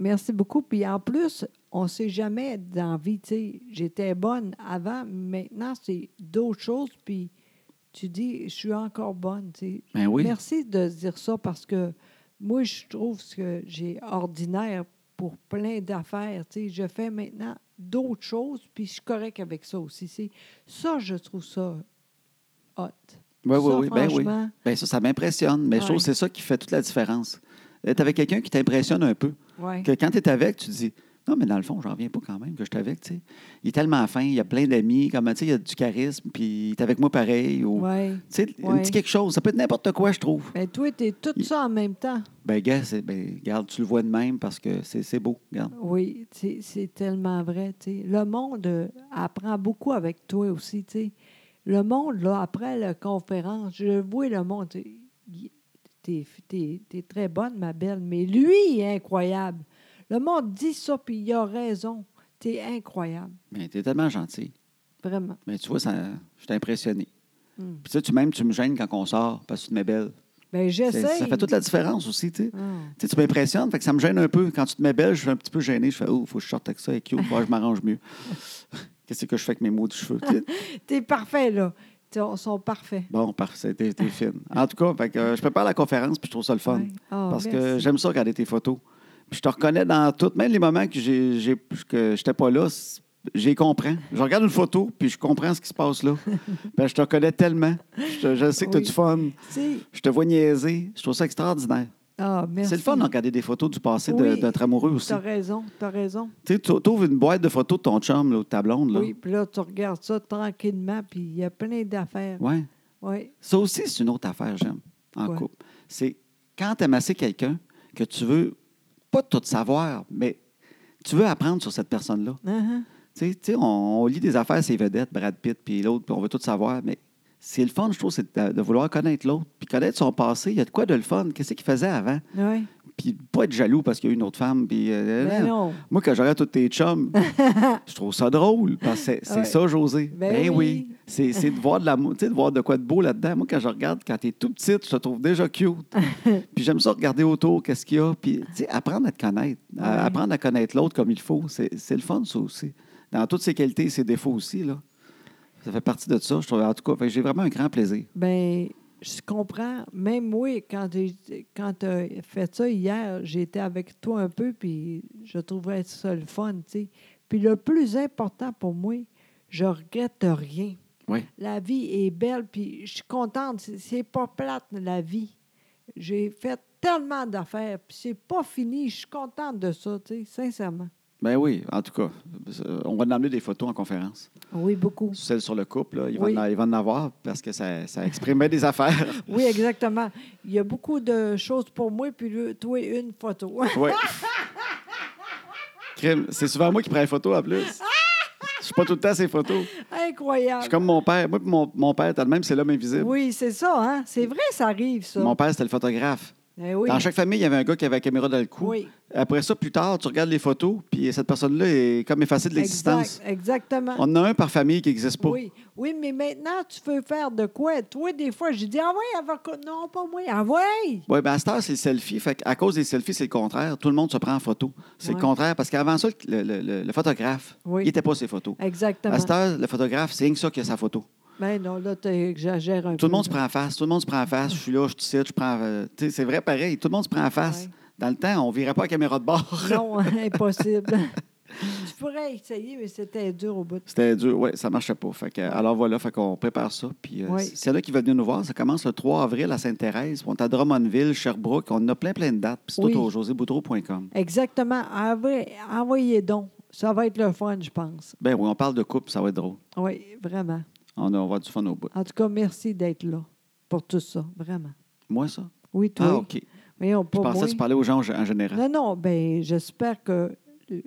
S2: Merci beaucoup. Puis en plus, on ne sait jamais d'envie. Tu sais, j'étais bonne avant, maintenant, c'est d'autres choses. Puis tu dis, je suis encore bonne. tu sais.
S1: Ben oui.
S2: Merci de se dire ça parce que moi, je trouve que j'ai ordinaire pour plein d'affaires. tu sais. Je fais maintenant d'autres choses, puis je suis correcte avec ça aussi. C'est- Ça, je trouve ça hot.
S1: Oui, oui,
S2: Ça,
S1: oui. Ben oui.
S2: franchement.
S1: Ben ça, ça m'impressionne. Mais je trouve
S2: Ouais.
S1: que c'est ça qui fait toute la différence. Être avec quelqu'un qui t'impressionne un peu.
S2: Ouais.
S1: Que quand tu es avec, tu te dis Non, mais dans le fond, j'en reviens pas quand même que je suis avec. tu sais. Il est tellement fin, il a plein d'amis, comme tu sais, il a du charisme, puis il est avec moi pareil. Ou,
S2: Ouais.
S1: Tu sais, un
S2: Ouais.
S1: petit quelque chose. Ça peut être n'importe quoi, je trouve.
S2: Mais toi, tu es tout ça en même temps.
S1: Ben, gars, c'est- ben, regarde, tu le vois de même parce que c'est c'est beau. Regarde.
S2: Oui, tu sais, c'est tellement vrai. tu sais. Le monde euh, apprend beaucoup avec toi aussi. tu sais. Le monde, là, après la conférence, je vois le monde. tu sais, il- T'es t'es- t'es très bonne, ma belle, mais lui, il est incroyable. Le monde dit ça, puis il a raison. T'es incroyable,
S1: Mais t'es tellement gentil.
S2: vraiment.
S1: Mais tu vois, ça, je suis impressionné.
S2: Mm.
S1: Puis ça, tu même, tu me gênes quand on sort parce que tu te mets belle.
S2: Ben
S1: C'est-
S2: j'essaie.
S1: Ça fait toute la différence aussi, tu sais.
S2: Ah.
S1: Tu sais, tu m'impressionnes, fait que ça me gêne un peu. Quand tu te mets belle, je suis un petit peu gêné. Je fais, oh, faut que je sorte avec ça, et cute, Faut que je m'arrange mieux. [laughs] Qu'est-ce que je fais avec mes mots de cheveux? tu sais?
S2: T'es parfait, là. T'es- on- Ils sont parfaits.
S1: bon, parfait, t'es t'es fine. En tout cas, fait que, euh, je prépare la conférence, puis je trouve ça le fun.
S2: Ouais. Ah,
S1: parce que
S2: merci.
S1: j'aime ça regarder tes photos. Puis je te reconnais dans tout, même les moments que j'ai j'ai- que j'étais pas là, c'est- j'y comprends. Je regarde une photo, puis je comprends ce qui se passe
S2: [laughs]
S1: là. Ben, je te reconnais tellement. Je, te- je sais que t'as
S2: Oui.
S1: du fun.
S2: Tu sais,
S1: Je te vois niaiser. Je trouve ça extraordinaire.
S2: ah, merci.
S1: C'est le fun de regarder des photos du passé de,
S2: Oui.
S1: de notre amoureux aussi.
S2: T'as raison, t'as raison.
S1: Tu sais, tu trouves une boîte de photos de ton chum là, ou de ta blonde. Là.
S2: Oui, puis là, tu regardes ça tranquillement, puis il y a plein d'affaires.
S1: Ouais.
S2: Oui,
S1: Ça aussi, c'est une autre affaire, j'aime, en
S2: Ouais.
S1: couple. C'est quand tu aimes assez quelqu'un que tu veux pas tout savoir, mais tu veux apprendre sur cette personne-là.
S2: Uh-huh.
S1: Tu sais- tu sais, on, on lit des affaires, c'est vedette, Brad Pitt, puis l'autre, puis on veut tout savoir, mais c'est le fun, je trouve, c'est de, de vouloir connaître l'autre, puis connaître son passé. Il y a de quoi de le fun? Qu'est-ce qu'il faisait avant?
S2: oui.
S1: Puis pas être jaloux parce qu'il y a une autre femme, puis... euh,
S2: Ben
S1: euh,
S2: non.
S1: Moi, quand j'aurais tous tes
S2: [laughs]
S1: chums, je trouve ça drôle, parce que c'est c'est
S2: Ouais.
S1: ça, José.
S2: Ben
S1: Ben oui.
S2: oui.
S1: C'est c'est de voir de l'amour, tu sais, de voir de quoi de beau là-dedans. Moi, quand je regarde, quand t'es tout petite, je te trouve déjà
S2: [laughs]
S1: cute. puis j'aime ça regarder autour, qu'est-ce qu'il y a. Puis, tu sais, apprendre à te connaître, à-
S2: Ouais.
S1: apprendre à connaître l'autre comme il faut, c'est c'est le fun, ça aussi. Dans toutes ses qualités et ses défauts aussi, là. Ça fait partie de ça, je trouve. En tout cas, fait que j'ai vraiment un grand plaisir.
S2: Ben, je comprends. Même moi, quand j'ai- quand tu as fait ça hier, j'étais avec toi un peu, puis je trouvais ça le fun, tu sais. Puis le plus important pour moi, je regrette rien.
S1: Oui.
S2: La vie est belle, puis je suis contente. C'est- C'est pas plate, la vie. J'ai fait tellement d'affaires, puis c'est pas fini. Je suis contente de ça, tu sais, sincèrement.
S1: Ben oui, en tout cas. euh, On va en amener des photos en conférence. [laughs]
S2: Oui, beaucoup.
S1: Celles sur le couple, là, ils, vont
S2: Oui.
S1: en, ils vont en avoir parce que ça, ça exprime bien des affaires.
S2: Oui, exactement. Il y a beaucoup de choses pour moi, puis le- toi, une photo. [laughs]
S1: Oui. Crime, C'est souvent moi qui prends les photos en plus. Je suis pas tout le temps ces photos. Je
S2: Incroyable.
S1: suis comme mon père. Moi, puis mon, mon père, t'as le même, c'est l'homme invisible.
S2: Oui, c'est ça, hein? C'est vrai, ça arrive, ça.
S1: Mon père, c'était le photographe.
S2: Eh oui.
S1: Dans chaque famille, il y avait un gars qui avait la caméra dans le cou.
S2: Oui.
S1: Après ça, plus tard, tu regardes les photos, puis cette personne-là est comme effacée de l'existence.
S2: Exact, exactement.
S1: On en a un par famille qui n'existe pas.
S2: Oui. oui, mais maintenant, tu veux faire de quoi? Toi, des fois, je dis, ah ouais, avec... non, pas moi, ah ouais!
S1: Oui, bien, ben, à cette heure, c'est le selfie. Fait à cause des selfies, c'est le contraire. Tout le monde se prend en photo. C'est
S2: Ouais.
S1: le contraire. Parce qu'avant ça, le, le- le- le photographe,
S2: Oui.
S1: il n'était pas ses photos.
S2: Exactement.
S1: À cette heure, le photographe, c'est rien que ça qui a sa photo.
S2: Ben non, là, j'exagère un peu.
S1: Tout le monde se
S2: là.
S1: prend en face. Tout le monde se prend en face. Je suis là, je te cite, je prends. euh, tu sais, c'est vrai pareil. Tout le monde se prend en face.
S2: Ouais.
S1: Dans le temps, on ne virait pas la caméra de bord.
S2: Non, [laughs] impossible. tu pourrais essayer, mais c'était dur au bout.
S1: [laughs] C'était dur. Oui, ça ne marchait pas. Fait que, euh, alors voilà, fait qu'on prépare ça. Puis euh,
S2: Oui.
S1: s'il y en a qui veulent venir nous voir, ça commence le 3 avril à Sainte-Thérèse. puis On est à Drummondville, Sherbrooke. On a plein, plein de dates. Puis c'est
S2: Oui.
S1: tout au joséboudreau.com.
S2: Exactement. Envoyez, envoyez donc. Ça va être le fun, je pense.
S1: Ben oui, on parle de couple, ça va être drôle.
S2: Oui, vraiment.
S1: On, a- on va avoir du fun au bout.
S2: En tout cas, merci d'être là pour tout ça, vraiment.
S1: Moi, ça?
S2: Oui, toi.
S1: Ah, OK.
S2: Mais on
S1: Je pensais que tu parlais aux gens en en général.
S2: Non, non, ben j'espère que euh,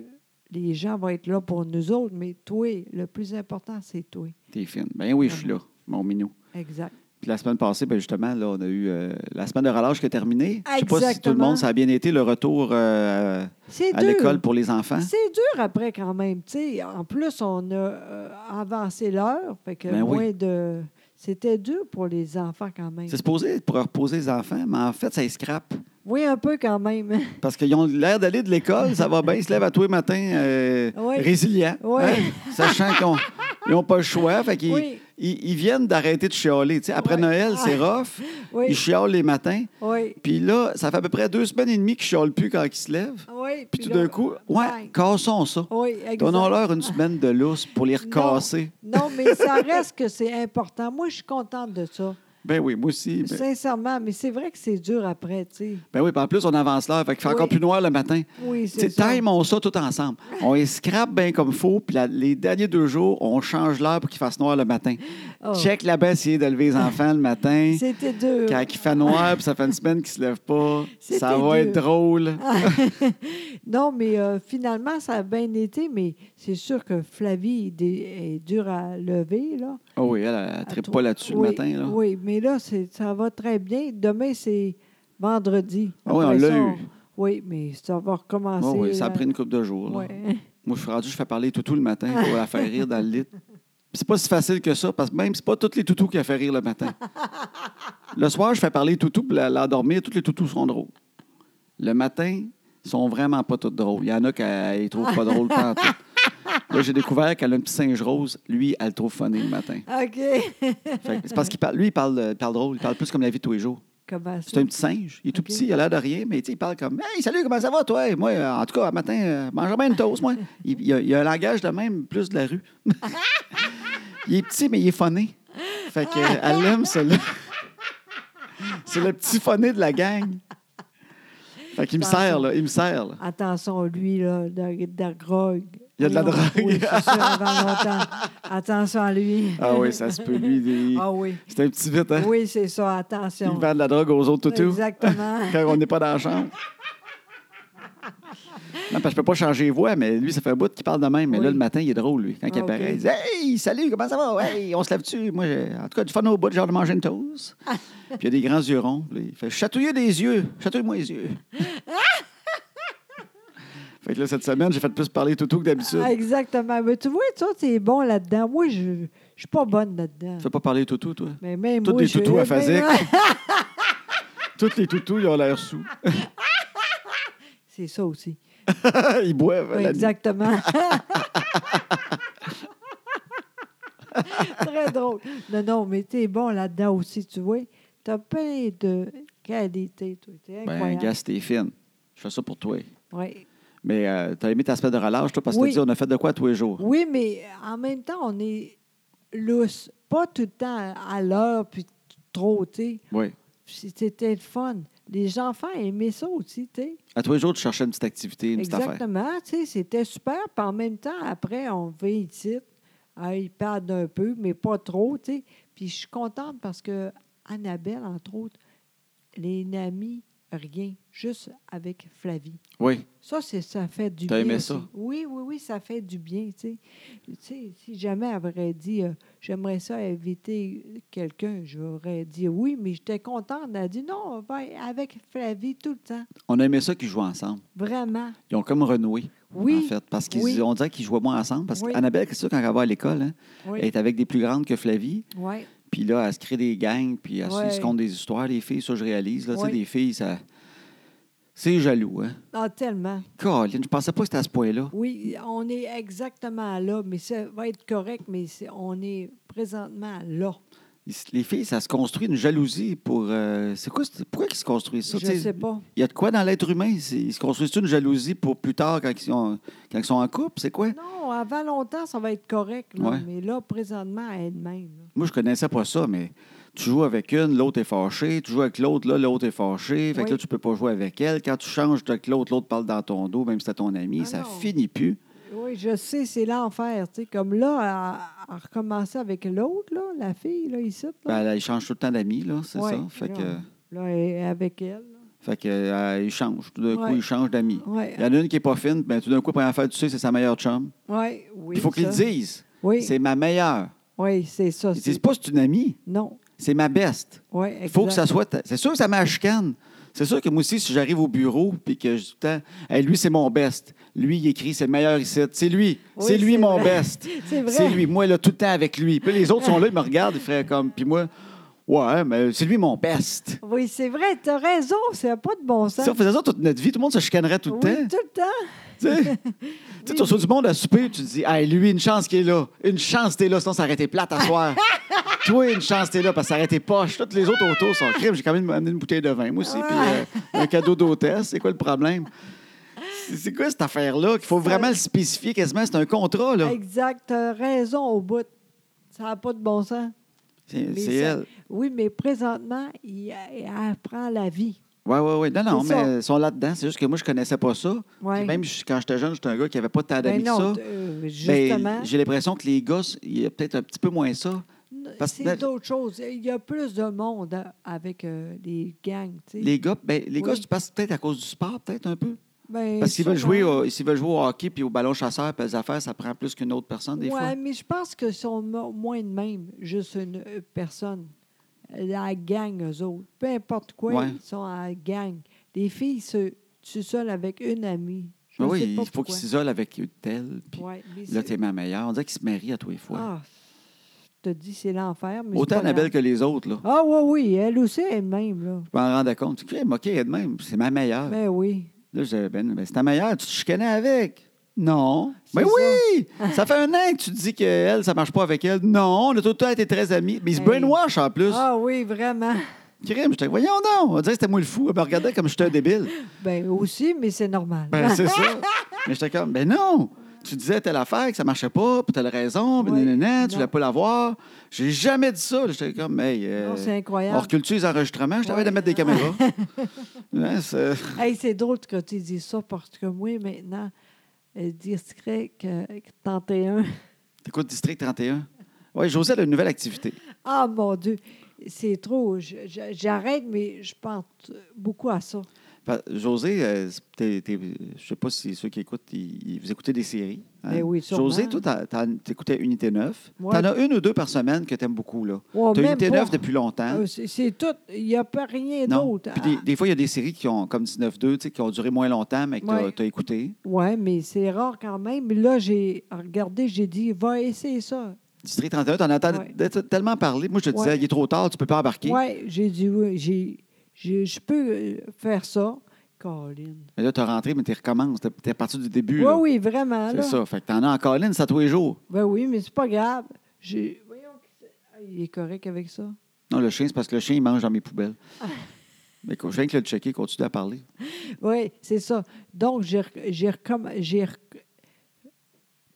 S2: les gens vont être là pour nous autres, mais toi, le plus important, c'est toi.
S1: T'es fine. Ben oui, je suis
S2: Ah
S1: là, mon minou.
S2: Exact.
S1: Puis la semaine passée, ben justement, là, on a eu euh, la semaine de relâche qui est terminée. Je sais pas si tout le
S2: Exactement.
S1: monde, ça a bien été le retour euh,
S2: C'est
S1: à
S2: dur.
S1: l'école pour hein? les enfants.
S2: C'est dur après quand même. tu sais. en plus, on a euh, avancé l'heure. Fait que
S1: Ben oui.
S2: moins de. C'était dur pour les enfants quand même.
S1: C'est supposé être pour reposer les enfants, mais en fait, ça les scrape.
S2: Oui, un peu quand même. [laughs]
S1: Parce qu'ils ont l'air d'aller de l'école, ça va bien, ils se lèvent à tous les matins euh,
S2: Oui.
S1: résilients, hein,
S2: Oui.
S1: sachant qu'ils n'ont pas le choix. Fait qu'ils-
S2: Oui.
S1: ils, ils viennent d'arrêter de chialer. tu sais. après
S2: Oui.
S1: Noël, c'est rough, ils
S2: Oui,
S1: chialent les matins.
S2: oui,
S1: Puis là, ça fait à peu près deux semaines et demie qu'ils chialent plus quand ils se lèvent.
S2: oui.
S1: Puis tout
S2: là,
S1: d'un coup, ouais,
S2: bang.
S1: cassons ça.
S2: Oui, exact.
S1: Donnons-leur une semaine de lousse pour les recasser.
S2: Non,
S1: [laughs]
S2: mais ça reste que c'est important. Moi, je suis contente de ça.
S1: Ben oui, moi aussi. Ben,
S2: Sincèrement, mais c'est vrai que c'est dur après, tu sais.
S1: ben oui, puis en plus, on avance l'heure, fait qu'il fait
S2: Oui.
S1: encore plus noir le matin.
S2: Oui, c'est
S1: C'est
S2: ça.
S1: time, on ça tout ensemble. On les scrape bien comme faut, puis la- les derniers deux jours, on change l'heure pour qu'il fasse noir le matin.
S2: Oh.
S1: Check là-bas, essayer de lever les enfants le matin.
S2: C'était dur.
S1: Quand il fait noir, puis ça fait une semaine qu'ils se lèvent pas.
S2: C'était
S1: Ça va être
S2: dur. Ah.
S1: drôle.
S2: non, mais euh, finalement, ça a bien été, mais c'est sûr que Flavie est, dé- est dure à lever, là.
S1: Oh oui, elle, elle,
S2: À
S1: tripe
S2: Ah, toi.
S1: pas là-dessus le
S2: Oui,
S1: matin. Là.
S2: Oui, mais là, c'est- ça va très bien. Demain, c'est vendredi.
S1: Ah oui, on
S2: Après
S1: l'a
S2: ça,
S1: eu.
S2: Oui, mais ça va recommencer.
S1: Oh oui, ça a
S2: là.
S1: pris une couple de jours. là.
S2: Ouais. [laughs]
S1: Moi, je suis rendu, je fais parler toutou le matin pour la faire rire dans le lit. Puis C'est pas si facile que ça, parce que même c'est pas toutes les toutous qui a fait rire le matin. Le soir, je fais parler toutou pour la- l'endormir. Toutes les toutous sont drôles. Le matin, ils sont vraiment pas toutes drôles. Il y en a qui ne trouvent pas drôles tant Là, j'ai découvert qu'elle a un petit singe rose. Lui, elle le trouve funny le matin.
S2: OK.
S1: Fait que C'est parce qu'il parle, lui, il parle, euh, il parle drôle. Il parle plus comme la vie de tous les jours.
S2: Comment
S1: C'est
S2: ça?
S1: un petit singe. Il est tout
S2: Ok.
S1: petit, il a l'air de rien, mais tu sais, il parle comme Hey, salut, comment ça va, toi? Et moi, euh, en tout cas, un matin, euh, mange bien une toast,
S2: [laughs]
S1: moi. Il, il a, il a un langage de même, plus de la rue. il est petit, mais il est phoné. Fait que, euh, elle aime
S2: [laughs]
S1: celui C'est le petit phoné de la gang. Fait qu'il me sert, là. Il me sert, là.
S2: Attention, lui, là, de, de la drogue.
S1: Il y a de la
S2: Oui, on-
S1: drogue.
S2: Oui, c'est ça, avant longtemps. Attention à lui.
S1: Ah oui, ça se peut, lui. il-
S2: Ah oui.
S1: C'est un petit vite, hein?
S2: Oui, c'est ça,
S1: Il
S2: attention.
S1: vend de la drogue aux autres toutous.
S2: Exactement.
S1: [laughs] quand on n'est pas dans la chambre. Non, parce que je peux pas changer voix, mais lui, ça fait un bout qu'il parle de même. Mais
S2: Oui.
S1: là, le matin, il est drôle, lui. Quand il
S2: Ah,
S1: apparaît,
S2: ok.
S1: il dit Hey, salut, comment ça va? Hey, on se lève-tu? Moi, j'ai- en tout cas, du fun au bout, genre de manger une
S2: [laughs]
S1: toast. Puis il a des grands yeux ronds. Puis il fait Chatouiller des yeux. Chatouille-moi les
S2: [laughs]
S1: yeux. fait que là, cette semaine, j'ai fait plus parler toutou que d'habitude.
S2: Ah, Exactement. Mais tu vois, toi, t'es bon là-dedans. Moi, je ne suis pas bonne là-dedans.
S1: Tu fais pas parler toutou, toi?
S2: Mais même
S1: Toutes
S2: moi,
S1: des
S2: je-
S1: toutous à
S2: mais-
S1: Fasic. Toutes les toutous, ils ont l'air sous. [laughs]
S2: C'est ça aussi.
S1: ils boivent.
S2: Oui,
S1: la nuit. [laughs]
S2: exactement. [laughs] Très drôle. Non, non, mais t'es bon là-dedans aussi, tu vois. T'as plein de qualités, toi. T'es
S1: Ben,
S2: incroyable.
S1: gars, c'était fine. Je fais ça pour toi.
S2: Oui.
S1: Mais euh, t'as aimé ta semaine de relâche, toi, parce que
S2: Oui.
S1: tu on a fait de quoi tous les jours?
S2: Oui, mais en même temps, on est lousse. Pas tout le temps à l'heure, puis trop, tu sais.
S1: Oui.
S2: C'était le fun. les enfants aimaient ça aussi, tu sais.
S1: À tous les jours, tu cherchais une petite activité, une petite affaire.
S2: Exactement, tu sais, c'était super. Puis en même temps, après, on vient ici, à iPad un peu, mais pas trop, tu sais. Puis je suis contente parce que Annabelle, entre autres, les Namis, rien, juste avec Flavie.
S1: Oui.
S2: Ça, c'est, ça fait du
S1: T'as
S2: bien.
S1: aimé
S2: aussi.
S1: ça?
S2: Oui, oui, oui, ça fait du bien, tu sais. Tu sais, si jamais elle aurait dit, euh, j'aimerais ça inviter quelqu'un, j'aurais dit oui, mais j'étais contente. Elle a dit, non, on va avec Flavie tout le temps.
S1: On aimait ça qu'ils jouent ensemble.
S2: Vraiment.
S1: Ils ont comme renoué,
S2: Oui.
S1: en fait. Parce qu'on
S2: oui.
S1: dirait qu'ils jouaient moins ensemble. Parce
S2: Oui.
S1: qu'Annabelle, c'est ça, quand elle va à l'école, hein,
S2: Oui.
S1: elle est avec des plus grandes que Flavie.
S2: Oui.
S1: Puis là, elle se crée des gangs, puis elle se-
S2: Ouais.
S1: ils se compte des histoires, les filles. Ça, je réalise. Là, tu sais,
S2: Ouais.
S1: des filles, ça... C'est jaloux, hein?
S2: Ah, tellement.
S1: Colin, je pensais pas que c'était à ce point-là.
S2: Oui, on est exactement là, mais ça va être correct, mais c'est- on est présentement là.
S1: Ils se- Les filles, ça se construit une jalousie pour. euh, c'est quoi? c'est- Pourquoi ils se construisent ça?
S2: je
S1: tu sais?
S2: sais pas.
S1: Il y a de quoi dans l'être humain? C'est- Ils se construisent une jalousie pour plus tard quand ils sont, quand ils sont en couple? C'est quoi?
S2: Non, avant longtemps, ça va être correct, là,
S1: Ouais.
S2: mais là, présentement, elle-même. là.
S1: Moi, je connaissais pas ça, mais tu joues avec une, l'autre est fâchée. Tu joues avec l'autre, là, l'autre est fâchée. Fait que
S2: Oui.
S1: là, tu peux pas jouer avec elle. Quand tu changes avec l'autre, l'autre parle dans ton dos, même si c'est ton ami.
S2: Ah
S1: ça
S2: non.
S1: finit plus.
S2: Oui, je sais, c'est l'enfer. tu sais, Comme là, à, à recommencer avec l'autre, là, la fille, là, ici. Là,
S1: Ben, elle- ils changent tout le temps d'amis, là, c'est
S2: Ouais,
S1: ça? Fait que,
S2: là. Là, elle est avec elle.
S1: fait que, euh, ils changent. Tout d'un coup,
S2: Ouais.
S1: ils changent d'amis.
S2: Oui,
S1: Il y en a une qui est pas fine, ben, tout d'un coup, première affaire, tu sais, c'est sa meilleure chum.
S2: ouais, oui.
S1: Il faut qu'ils le
S2: ça.
S1: disent.
S2: Oui,
S1: C'est ma meilleure.
S2: oui, c'est ça.
S1: Ils
S2: c'est-
S1: disent pas c'est une amie,
S2: Non,
S1: c'est ma best.
S2: oui,
S1: Il faut que ça soit. ta- C'est sûr que ça m'a chicane. C'est sûr que moi aussi, si j'arrive au bureau puis que je dis tout le temps, Hey, lui, c'est mon best. Lui, il écrit, c'est le meilleur ici. C'est lui.
S2: Oui,
S1: c'est lui
S2: c'est
S1: mon
S2: vrai.
S1: best.
S2: [laughs] C'est vrai.
S1: C'est lui. Moi, là, tout le temps avec lui. Puis les autres sont là, ils me regardent, ils feraient comme. Puis moi, ouais, mais c'est lui mon best.
S2: Oui, c'est vrai, tu as raison, c'est pas de bon sens.
S1: Si on faisait ça toute notre vie, tout le monde se chicanerait tout le
S2: Oui,
S1: temps.
S2: tout le temps.
S1: Tu
S2: [laughs]
S1: sais, tu reçois du monde à souper, tu te dis, hey, lui, une chance qu'il est là. Une chance t'es là, sinon ça aurait été plate à
S2: [laughs]
S1: soir. Toi, une chance t'es là, parce que ça aurait été poche. Toutes les autres autour sont crime. J'ai quand même amené une bouteille de vin, moi aussi, puis euh, un cadeau d'hôtesse. C'est quoi le problème? C'est- C'est quoi cette affaire-là qu'il faut vraiment le spécifier quasiment? C'est un contrat, là.
S2: Exact, tu as raison au bout. Ça n'a pas de bon sens.
S1: C'est
S2: Mais
S1: c'est
S2: ça-
S1: elle.
S2: Oui, mais présentement, il, elle apprend la vie.
S1: Oui, oui, oui. Non, non,
S2: C'est
S1: mais
S2: ça.
S1: ils sont là-dedans. C'est juste que moi, je connaissais pas ça.
S2: Ouais.
S1: Puis Même quand j'étais jeune, j'étais un gars qui avait pas tant
S2: Mais
S1: d'amis que ça.
S2: non, euh,
S1: Ben,
S2: justement,
S1: J'ai l'impression que les gosses, il y a peut-être un petit peu moins ça. parce que- ben,
S2: c'est d'autres choses. Il y a plus de monde hein, avec euh, les gangs. tu sais.
S1: Les gars, ben, les gars,
S2: Oui.
S1: tu penses peut-être à cause du sport, peut-être un peu.
S2: Ben,
S1: Parce qu'ils veulent
S2: sûrement.
S1: jouer, au, s'ils veulent jouer au hockey puis au ballon chasseur, puis les affaires, ça prend plus qu'une autre personne des
S2: Ouais,
S1: fois.
S2: mais je pense que sont mo- moins de même, juste une euh, personne. La gang, eux autres. Peu importe quoi,
S1: Ouais.
S2: ils sont à gang. Les filles, se, tu seules avec une amie. Je
S1: Ben
S2: sais
S1: oui,
S2: pas
S1: il faut qu'ils
S2: pourquoi.
S1: s'isolent avec tel. Puis
S2: Ouais, mais
S1: là,
S2: c'est-
S1: t'es ma meilleure. On dirait qu'ils se marient à tous les fois.
S2: Ah, je te dis, c'est l'enfer. mais c'est
S1: Autant
S2: pas
S1: Annabelle
S2: grave.
S1: que les autres, là.
S2: Ah, oui, oui, elle aussi, elle-même, là.
S1: Je m'en rendais compte. Tu crées, OK, elle-même, c'est ma meilleure.
S2: Ben oui.
S1: Là, je disais, ben, ben, c'est ta meilleure, tu te chicanais avec. Non.
S2: C'est
S1: Ben
S2: [laughs]
S1: oui! ça fait un an que tu te dis qu'elle, ça marche pas avec elle. Non, on a tout le temps été très amis. Mais ils se
S2: Hey.
S1: brainwash en plus.
S2: Ah oui, vraiment. [laughs]
S1: Crime, j'étais, voyons non! On dirait que c'était moi le fou. Elle me regardait comme j'étais un débile.
S2: Ben aussi, mais c'est normal.
S1: Ben, c'est ça. [laughs] Mais j'étais comme, ben non! Tu disais telle affaire, que ça marchait pas, puis telle raison, puis
S2: Ouais,
S1: nanana, tu
S2: non.
S1: voulais pas l'avoir. J'ai jamais dit ça. Là, J'étais comme, hey, euh,
S2: Non, c'est
S1: on
S2: incroyable.
S1: reculture les enregistrements, je t'avais de
S2: Ouais.
S1: mettre des
S2: [laughs]
S1: caméras. Ouais, c'est-
S2: Hey, c'est drôle que tu dis ça parce que moi, maintenant, euh, discret que, que tenter un. [laughs]
S1: T'écoutes District 31? Oui, Josette a une nouvelle activité.
S2: Ah mon Dieu, c'est trop. Je- je- J'arrête, mais je pense beaucoup à ça.
S1: Pa- José, euh, c'est- t'es- t'es- je sais pas si ceux qui écoutent, ils, ils- vous écoutez des séries. hein.
S2: Ben oui, sûrement.
S1: José, toi, t'as- t'as- t'écoutais Unité 9.
S2: Ouais.
S1: T'en as une ou deux par semaine que t'aimes beaucoup, là.
S2: Ouais,
S1: T'as
S2: même
S1: Unité
S2: pas.
S1: 9 depuis longtemps.
S2: Euh, c'est- C'est tout. Il n'y a pas rien
S1: non.
S2: d'autre. hein.
S1: Puis des, des fois, il y a des séries qui ont, comme 19-2, tu sais, qui ont duré moins longtemps, mais que t'as-
S2: Ouais.
S1: t'as écouté.
S2: Oui, mais c'est rare quand même. Mais Là, j'ai regardé, j'ai dit, va essayer ça.
S1: District 31, t'en entends
S2: Ouais.
S1: de- de- tellement parler. Moi, je te
S2: Ouais.
S1: disais, il est trop tard, tu peux pas embarquer.
S2: Oui, j'ai dit, oui, j'ai- j'ai- je peux euh, faire ça. Colin.
S1: Mais là, t'as rentré, mais tu recommences. T'es- T'es parti du début,
S2: Oui,
S1: là.
S2: oui, vraiment.
S1: C'est
S2: là.
S1: ça. Fait que t'en as encore une, ça tous les jours.
S2: Ben oui, mais c'est pas grave. J'ai- Voyons, que c'est- Ah, il est correct avec ça.
S1: Non, le chien, c'est parce que le chien, il mange dans mes
S2: [laughs]
S1: poubelles. Mais quoi, je viens que le checker continue à parler.
S2: Oui, c'est ça. Donc, j'ai rec- j'ai recomm- j'ai rec-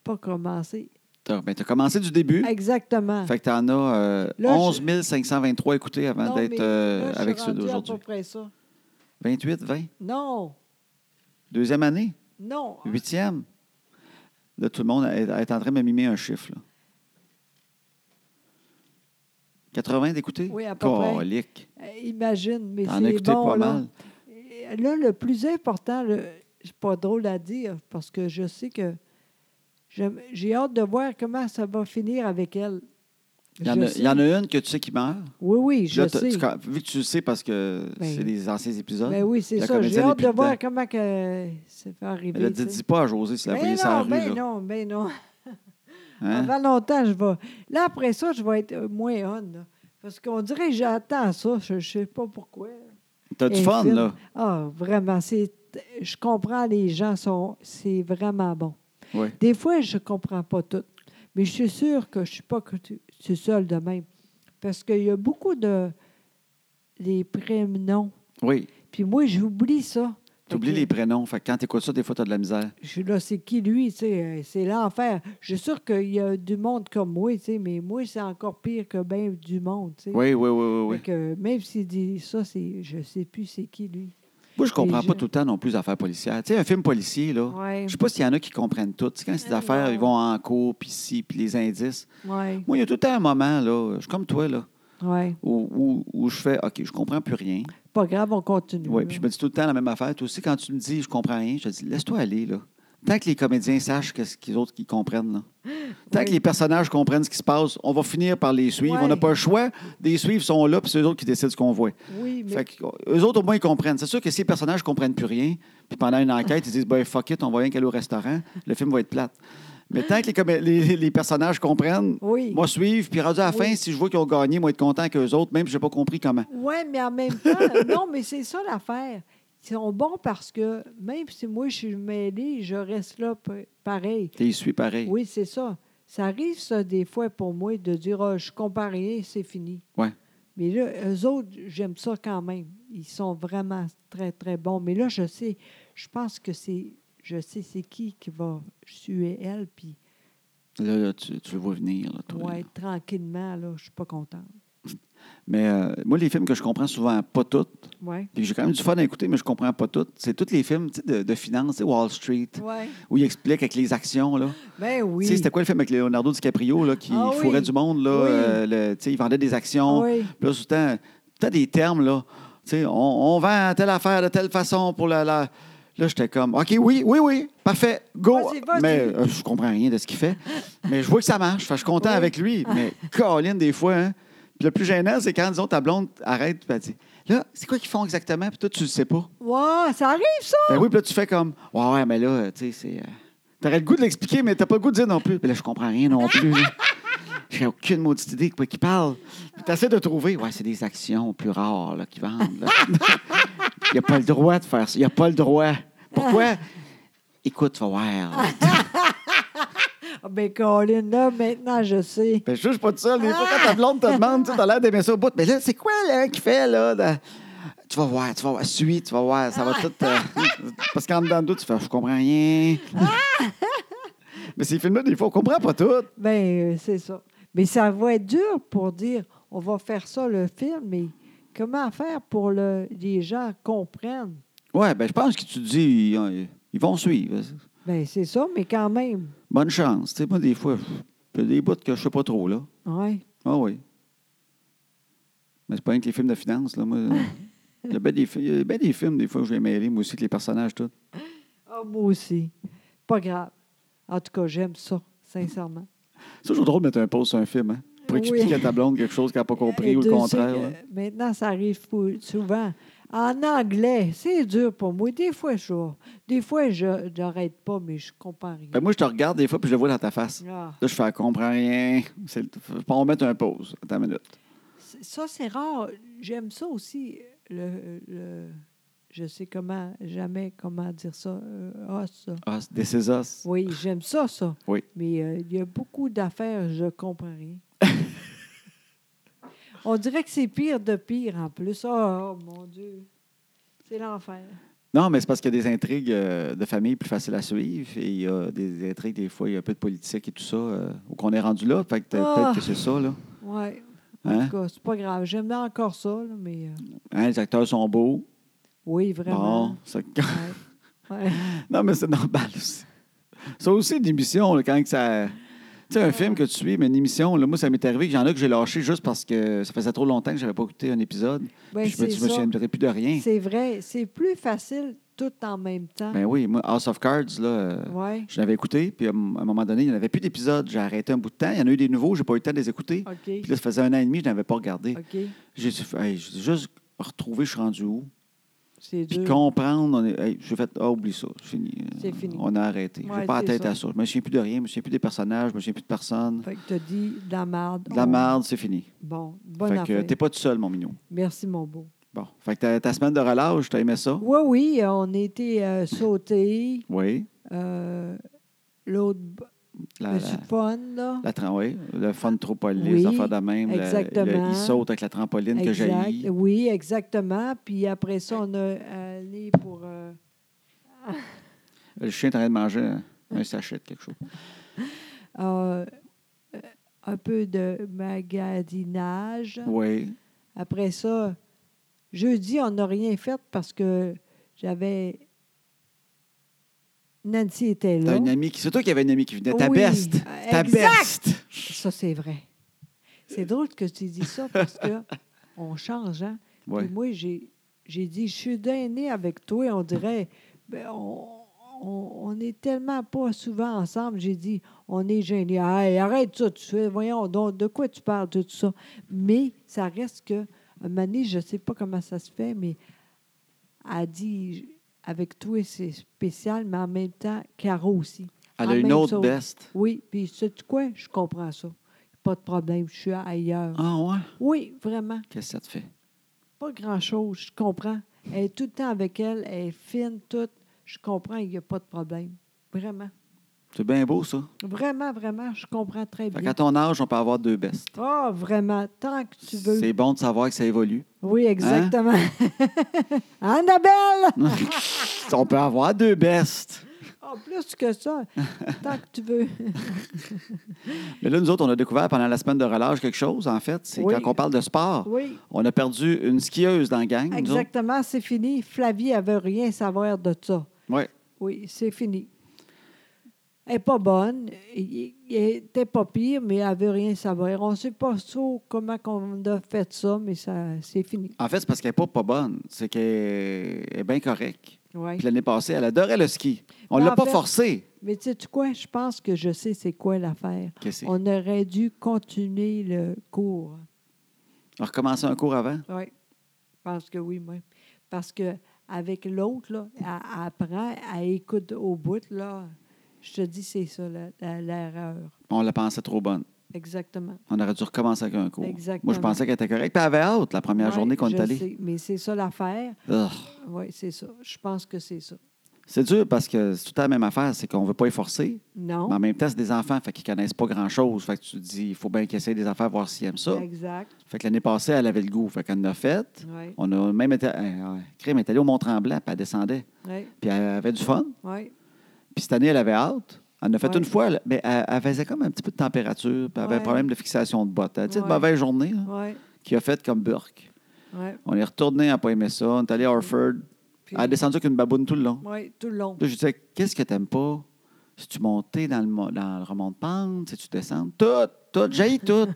S2: pas commencé.
S1: T'as ben, t'as commencé du début.
S2: Exactement.
S1: Fait que t'en as euh,
S2: ah. Là, je-
S1: 11 523 écoutés avant
S2: Non,
S1: d'être
S2: mais
S1: euh,
S2: là, je
S1: avec
S2: suis
S1: ceux
S2: rendue à
S1: d'aujourd'hui.
S2: peu près ça.
S1: 28, 20.
S2: Non,
S1: Deuxième année.
S2: non.
S1: Huitième. Là, tout le monde est, est en train de mimer un chiffre. là. 80 d'écouter?
S2: Oui, à peu près.
S1: Colique.
S2: Euh, Imagine, mais
S1: T'en as
S2: c'est
S1: écouté
S2: bon,
S1: pas
S2: là.
S1: mal.
S2: Et Là, le plus important, le- c'est pas drôle à dire, parce que je sais que j'aime- j'ai hâte de voir comment ça va finir avec elle.
S1: Il y, en
S2: Je
S1: a,
S2: sais.
S1: il y en a une que tu sais qui meurt.
S2: Oui, oui, je
S1: Là, t'as-
S2: sais.
S1: tu ca- vu que tu le sais parce que
S2: Ben,
S1: c'est des anciens épisodes,
S2: Ben oui, c'est
S1: la
S2: ça. J'ai
S1: comédienne est
S2: hâte
S1: plus
S2: de voir
S1: dedans.
S2: comment que ça va arriver.
S1: elle a dit
S2: ben tu sais.
S1: dis pas à José si la
S2: Ben
S1: voyait sur la
S2: non,
S1: rue.
S2: ben
S1: là.
S2: non, ben non.
S1: Hein?
S2: Avant longtemps, je vais. Là, après ça, je vais être euh, moins on. là. Parce qu'on dirait que j'attends ça. Je ne sais pas pourquoi.
S1: T'as du
S2: Elle
S1: fun,
S2: filme.
S1: là.
S2: Ah, vraiment. c'est- Je comprends, les gens sont. C'est vraiment bon.
S1: Oui.
S2: Des fois, je ne comprends pas tout. Mais je suis sûre que je ne suis pas que tu- je suis seule de même. Parce qu'il y a beaucoup de. Les prénoms.
S1: Oui.
S2: Puis moi, j'oublie ça.
S1: Tu oublies
S2: Fait que-
S1: les prénoms. Fait que quand tu écoutes ça, des fois, tu as de la misère.
S2: je suis là, c'est qui lui, tu sais, euh, c'est l'enfer. Je suis sûre qu'il y a du monde comme moi, tu sais, mais moi, c'est encore pire que bien du monde, tu sais.
S1: Oui, oui, oui, oui. oui.
S2: Fait que même s'il dit ça, c'est, je sais plus c'est qui lui.
S1: Moi, je comprends
S2: Les
S1: pas
S2: gens-
S1: tout le temps non plus les affaires policières. Tu sais, un film policier, là,
S2: Ouais.
S1: je sais pas s'il y en a qui comprennent tout. Tu sais, quand c'est des
S2: Ah,
S1: affaires,
S2: non.
S1: ils vont en cours, puis ci, puis les indices.
S2: Ouais,
S1: Moi, il y a tout le temps un moment, là, je suis comme toi, là,
S2: ouais.
S1: où, où- où je fais, OK, je comprends plus rien.
S2: Pas grave, on continue.
S1: Ouais,
S2: là.
S1: puis je me dis tout le temps la même affaire. Toi aussi, quand tu me dis, je comprends rien, je te dis, laisse-toi aller, là. Tant que les comédiens sachent qu'est-ce qu'ils autres qui comprennent, là.
S2: [gasps]
S1: Tant
S2: Oui.
S1: que les personnages comprennent ce qui se passe, on va finir par les suivre.
S2: Ouais.
S1: On n'a pas le choix. Des suivres sont là, puis c'est eux autres qui décident ce qu'on voit.
S2: Oui, mais
S1: Fait que, euh, eux autres, au moins, ils comprennent. C'est sûr que si les personnages ne comprennent plus rien, puis pendant une enquête, ils disent ben, fuck it, on va rien qu'aller au restaurant, le film va être plate. Mais tant que les, comé- les- les personnages comprennent,
S2: oui.
S1: moi, suivre, puis rendu à la
S2: Oui.
S1: fin, si je vois qu'ils ont gagné, moi, être content qu'eux autres, même si je n'ai pas compris comment.
S2: Ouais, mais en même temps, [laughs] non, mais c'est ça l'affaire. Ils sont bons parce que même si moi je suis mêlée, je reste là p- pareil.
S1: Et ils suivent pareil.
S2: Oui, c'est ça. Ça arrive, ça, des fois, pour moi, de dire Ah, je comprends rien, c'est fini.
S1: Ouais.
S2: Mais là, eux autres, j'aime ça quand même. Ils sont vraiment très, très bons. Mais là, je sais, je pense que c'est. Je sais c'est qui qui va suer elle, puis
S1: Là, là, tu, tu le vois venir. là, toi,
S2: ouais,
S1: là.
S2: tranquillement, là, je suis pas contente.
S1: Mais euh, moi, les films que je comprends souvent pas toutes,
S2: Ouais.
S1: puis j'ai quand même du fun à écouter, mais je comprends pas toutes, c'est tous les films tu sais, de, de finance, tu sais, Wall Street,
S2: Ouais.
S1: où ils expliquent avec les actions. Là.
S2: Ben oui.
S1: Tu sais, c'était quoi le film avec Leonardo DiCaprio là, qui
S2: Ah oui.
S1: fourrait du monde? Là,
S2: Oui. Ah
S1: euh, le- tu sais, il vendait des actions.
S2: Oui.
S1: Puis là, tout le temps, t'as des termes, là. Tu sais, on, on vend telle affaire de telle façon pour la. la- Là, j'étais comme, OK, oui, oui, oui, parfait, go.
S2: Vas-y, vas-y.
S1: Mais euh, je comprends rien de ce qu'il fait. mais je vois que ça marche. Fait que je suis content
S2: Oui.
S1: avec lui.
S2: [laughs]
S1: Mais Colin, des fois, hein. Puis le plus gênant, c'est quand, disons, ta blonde arrête, puis elle dit, là, c'est quoi qu'ils font exactement? Puis toi, tu le sais pas.
S2: Ouais, ça arrive, ça!
S1: Ben oui, puis là, tu fais comme, ouais, ouais, mais là, euh, tu sais, c'est. euh, T'aurais le goût de l'expliquer, mais t'as pas le goût de dire non plus. Puis là, je comprends rien non plus. [laughs] là. J'ai aucune maudite idée de quoi qu'il parle. Puis t'essaies de trouver, ouais, c'est des actions plus rares là, qu'ils vendent. là. [laughs] Il a pas le droit de faire ça. Il a pas le droit. Pourquoi? Écoute, tu vas voir. là.
S2: Ah, ben, Colin, là, maintenant, je sais.
S1: Ben, je suis pas tout seul. Des fois, quand ta blonde te demande, tu as l'air d'aimer ça au bout. Mais là, c'est quoi, là, qui fait, là? de- Tu vas voir, tu vas voir. Suis, tu vas voir. Ça va tout. euh, Parce qu'en dedans de toi, tu fais, je comprends rien. Mais ces films-là, des fois, on comprend pas tout.
S2: Ben, euh, c'est ça. Mais ça va être dur pour dire on va faire ça le film, mais comment faire pour le, les gens comprennent?
S1: Ouais, ben, je pense que tu dis, ils, ils vont suivre.
S2: Ben, c'est ça, mais quand même.
S1: Bonne chance. Tu sais, moi, des fois, il y a des bouts que je sais pas trop, là.
S2: Ouais.
S1: Ah oui. Mais c'est pas rien que les films de finance, là. Moi, il y a bien des, fi- il y a ben des films, des fois, où j'ai mêlé, moi aussi, avec les personnages, tout.
S2: Ah, moi aussi. Pas grave. En tout cas, j'aime ça, sincèrement.
S1: C'est toujours drôle de mettre un pause sur un film, hein? Pour
S2: Oui.
S1: expliquer à ta blonde quelque chose qu'elle n'a pas compris
S2: Et
S1: ou
S2: Dieu
S1: le
S2: sait
S1: contraire.
S2: que
S1: là.
S2: euh, Maintenant, ça arrive fou- souvent. En anglais, c'est dur pour moi. Des fois, je Des fois, je n'arrête pas, mais je comprends rien.
S1: Ben, moi, je te regarde des fois puis je le vois dans ta face.
S2: Ah.
S1: Là, je fais, comprends rien. C'est le- Faut- On va mettre un pause. Attends une minute.
S2: C'est- Ça, c'est rare. J'aime ça aussi. Le, le- je sais comment, jamais comment dire ça. euh, ah, ça.
S1: Ah, c'est- this is us.
S2: Oui, j'aime ça, ça.
S1: Oui.
S2: Mais euh, il y a beaucoup d'affaires, je comprends
S1: [laughs]
S2: rien. On dirait que c'est pire de pire en plus. Ah, Oh, mon Dieu. C'est l'enfer.
S1: Non, mais c'est parce qu'il y a des intrigues euh, de famille plus faciles à suivre et il y a des intrigues, des fois, il y a un peu de politique et tout ça, euh, ou qu'on est rendu là. Fait que t'as-
S2: Ah.
S1: peut-être que c'est ça, là.
S2: Oui. En
S1: Hein?
S2: tout cas, c'est pas grave. J'aime encore ça, là, mais. euh,
S1: Hein, les acteurs sont beaux.
S2: Oui, vraiment.
S1: Bon, ça- quand-
S2: Ouais. Ouais.
S1: non, mais c'est normal aussi. Ça aussi, une émission, là, quand que ça. Tu sais, un film que tu suis, mais une émission, là, moi, ça m'est arrivé que j'en ai que j'ai lâché juste parce que ça faisait trop longtemps que je n'avais pas écouté un épisode.
S2: Ben,
S1: Puis je me,
S2: c'est
S1: je me
S2: ça.
S1: souviendrai plus de rien.
S2: C'est vrai, c'est plus facile tout en même temps.
S1: Ben oui, moi, House of Cards, là, euh,
S2: oui.
S1: je l'avais écouté, puis à m- à un moment donné, il n'y en avait plus d'épisodes. J'ai arrêté un bout de temps. Il y en a eu des nouveaux, j'ai pas eu le temps de les écouter. Puis
S2: OK.
S1: là, ça faisait un an et demi, je n'avais pas regardé.
S2: OK.
S1: J'ai su- hey, j'ai juste retrouvé, je suis rendu où?
S2: C'est
S1: Puis
S2: dur.
S1: comprendre, on est- hey, j'ai fait, ah, oublie ça, c'est fini.
S2: C'est fini.
S1: On a arrêté. Je
S2: Ouais,
S1: pas la
S2: c'est
S1: tête
S2: ça.
S1: à ça. Je me souviens plus de rien, je me souviens plus des personnages, je me souviens plus de personne.
S2: Fait que t'as dit de la marde.
S1: De la
S2: Oh,
S1: merde, c'est fini.
S2: Bon, bonne
S1: fait que euh,
S2: affaire.
S1: t'es pas tout seul, mon minou.
S2: Merci, mon beau.
S1: Bon. Fait que ta, ta semaine de relâche, t'as aimé ça?
S2: Oui, oui, euh, on était euh, sautés.
S1: Oui.
S2: euh, L'autre, b-
S1: La,
S2: le
S1: la-
S2: fun, là.
S1: la tram- oui. Le fun
S2: Oui,
S1: les affaires de même. le- le-
S2: exactement.
S1: il saute avec la trampoline que j'ai.
S2: Exact. Oui, exactement. Puis après ça, on a allé pour. euh,
S1: Le chien est en train de manger un- un sachet de quelque chose.
S2: Hein? euh, euh, un peu de magasinage.
S1: Oui.
S2: Après ça, jeudi, on n'a rien fait parce que j'avais. Nancy était
S1: T'as
S2: là.
S1: une amie qui. C'est toi qui avais une amie qui venait. Ta
S2: Oui,
S1: best.
S2: euh,
S1: Ta
S2: exact.
S1: best.
S2: Ça, c'est vrai. C'est drôle que tu dis ça
S1: [laughs]
S2: parce que on change, hein?
S1: Oui.
S2: Puis moi, j'ai j'ai dit, je suis damnée avec toi. On dirait, ben, on, on, on est tellement pas souvent ensemble. J'ai dit, on est gênés. Hey, arrête ça, tu fais, voyons, donc, de quoi tu parles, de tout ça. Mais ça reste que, un moment donné, je sais pas comment ça se fait, mais elle dit, avec toi, c'est spécial, mais en même temps, Caro aussi.
S1: Elle
S2: En
S1: a une
S2: même
S1: autre
S2: chose.
S1: best.
S2: Oui, puis sais-tu quoi? Je comprends ça. Pas de problème, je suis ailleurs.
S1: Ah ouais?
S2: Oui, vraiment,
S1: Qu'est-ce que ça te fait?
S2: pas grand-chose, je comprends. Elle est tout le temps avec elle, elle est fine, toute. Je comprends, il n'y a pas de problème. Vraiment,
S1: C'est bien beau, ça.
S2: vraiment, vraiment, je comprends très
S1: Fait qu'à
S2: bien.
S1: ton âge, on peut avoir deux bestes.
S2: Ah, vraiment, tant que tu veux.
S1: C'est hein? bon de savoir que ça évolue.
S2: Oui, exactement. [laughs] Annabelle!
S1: on peut avoir deux bestes.
S2: En plus que ça, tant que tu veux.
S1: Mais là, nous autres, on a découvert pendant la semaine de relâche quelque chose, en fait. C'est
S2: Oui.
S1: quand on parle de sport.
S2: Oui,
S1: On a perdu une skieuse dans la gang. nous autres.
S2: exactement, c'est fini. Flavie, elle veut rien savoir de ça.
S1: Ouais.
S2: Oui, c'est fini. Elle n'est pas bonne. Il n'était pas pire, mais elle ne veut rien savoir. On ne sait pas trop comment on a fait ça, mais ça, c'est fini.
S1: En fait, c'est parce qu'elle n'est pas, pas bonne. C'est qu'elle est- elle est bien correcte.
S2: Ouais.
S1: Puis l'année passée, elle adorait le ski. On
S2: Ben,
S1: ne
S2: en
S1: l'a pas
S2: fait-
S1: forcée.
S2: Mais tu sais quoi? Je pense que je sais c'est quoi l'affaire.
S1: Qu'est-ce que c'est?
S2: On aurait dû continuer le cours.
S1: On a recommencé un cours avant.
S2: Oui, je pense que oui, moi. Parce que avec l'autre, là, elle, elle apprend, elle écoute au bout, là. Je te dis, c'est ça, la- la- l'erreur.
S1: On la pensait trop bonne.
S2: Exactement.
S1: On aurait dû recommencer avec un cours.
S2: Exactement.
S1: Moi, je pensais qu'elle était correcte. Puis elle avait hâte la première
S2: Ouais,
S1: journée qu'on
S2: je
S1: est allé.
S2: sais, mais c'est ça l'affaire.
S1: Ugh.
S2: Oui, c'est ça. Je pense que c'est ça.
S1: C'est dur parce que c'est tout le temps la même affaire, c'est qu'on ne veut pas y forcer.
S2: Non.
S1: Mais en même temps, c'est des enfants, fait qu'ils connaissent pas grand-chose. Fait que tu te dis, il faut bien qu'ils essayent des affaires, voir s'ils aiment ça.
S2: Exact.
S1: Fait que l'année passée, elle avait le goût. Fait qu'elle en a fait.
S2: Oui.
S1: On a même été. euh, euh, Crème est allée au Mont-Tremblant, puis elle descendait.
S2: Oui.
S1: Puis elle avait du fun.
S2: Oui.
S1: Puis cette année, elle avait hâte. Elle en a fait
S2: Ouais.
S1: une fois, elle- mais elle, elle faisait comme un petit peu de température, puis elle avait
S2: Ouais.
S1: un problème de fixation de bottes. Elle a dit,
S2: Ouais.
S1: une mauvaise journée, là,
S2: Oui.
S1: qui a fait comme Burke.
S2: Oui.
S1: On est retourné, elle n'a pas aimé ça. On est allé à Harford.
S2: Puis-
S1: Elle a descendu avec une baboune tout le long.
S2: Oui, tout le long.
S1: Là, je disais, qu'est-ce que t'aimes pas? Si tu montais dans le, mo- dans le remont de pente, si tu descends, tout, tout,
S2: [laughs]
S1: j'haïs tout.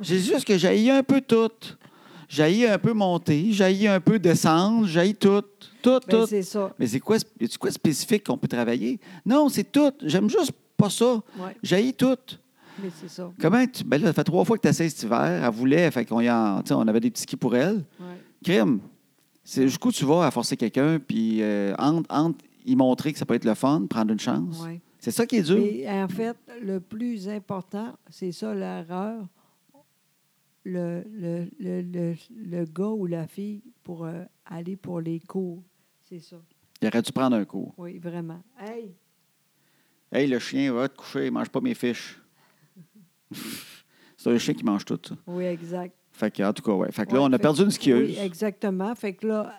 S1: J'ai juste que j'haïs un peu tout. J'haïs un peu monter, j'haïs un peu descendre, j'haïs tout, tout,
S2: Ben,
S1: tout.
S2: c'est ça.
S1: Mais c'est quoi, sp- y a-tu quoi de spécifique qu'on peut travailler? Non, c'est tout. J'aime juste pas ça.
S2: Oui,
S1: J'haïs tout.
S2: mais c'est ça.
S1: Comment tu. Ben là, ça fait trois fois que tu essaies cet hiver. Elle voulait, fait qu'on y en- tu sais, on avait des petits skis pour elle.
S2: Oui.
S1: Crime, c'est jusqu'où tu vas à forcer quelqu'un, puis euh, entre, entre y montrer que ça peut être le fun, prendre une chance.
S2: Ouais.
S1: C'est ça qui est dur.
S2: Mais en fait, le plus important, c'est ça l'erreur. Le, le, le, le, le gars ou la fille pour euh, aller pour les cours. C'est ça.
S1: Il aurait dû prendre un cours.
S2: Oui, vraiment. Hey!
S1: Hey, le chien, va te coucher, il mange pas mes fiches. [laughs] c'est un chien qui mange tout ça.
S2: Oui, exact.
S1: Fait que, en tout cas, ouais. Fait que là,
S2: Ouais,
S1: on a
S2: fait-
S1: perdu une skieuse.
S2: Oui, exactement. Fait que là,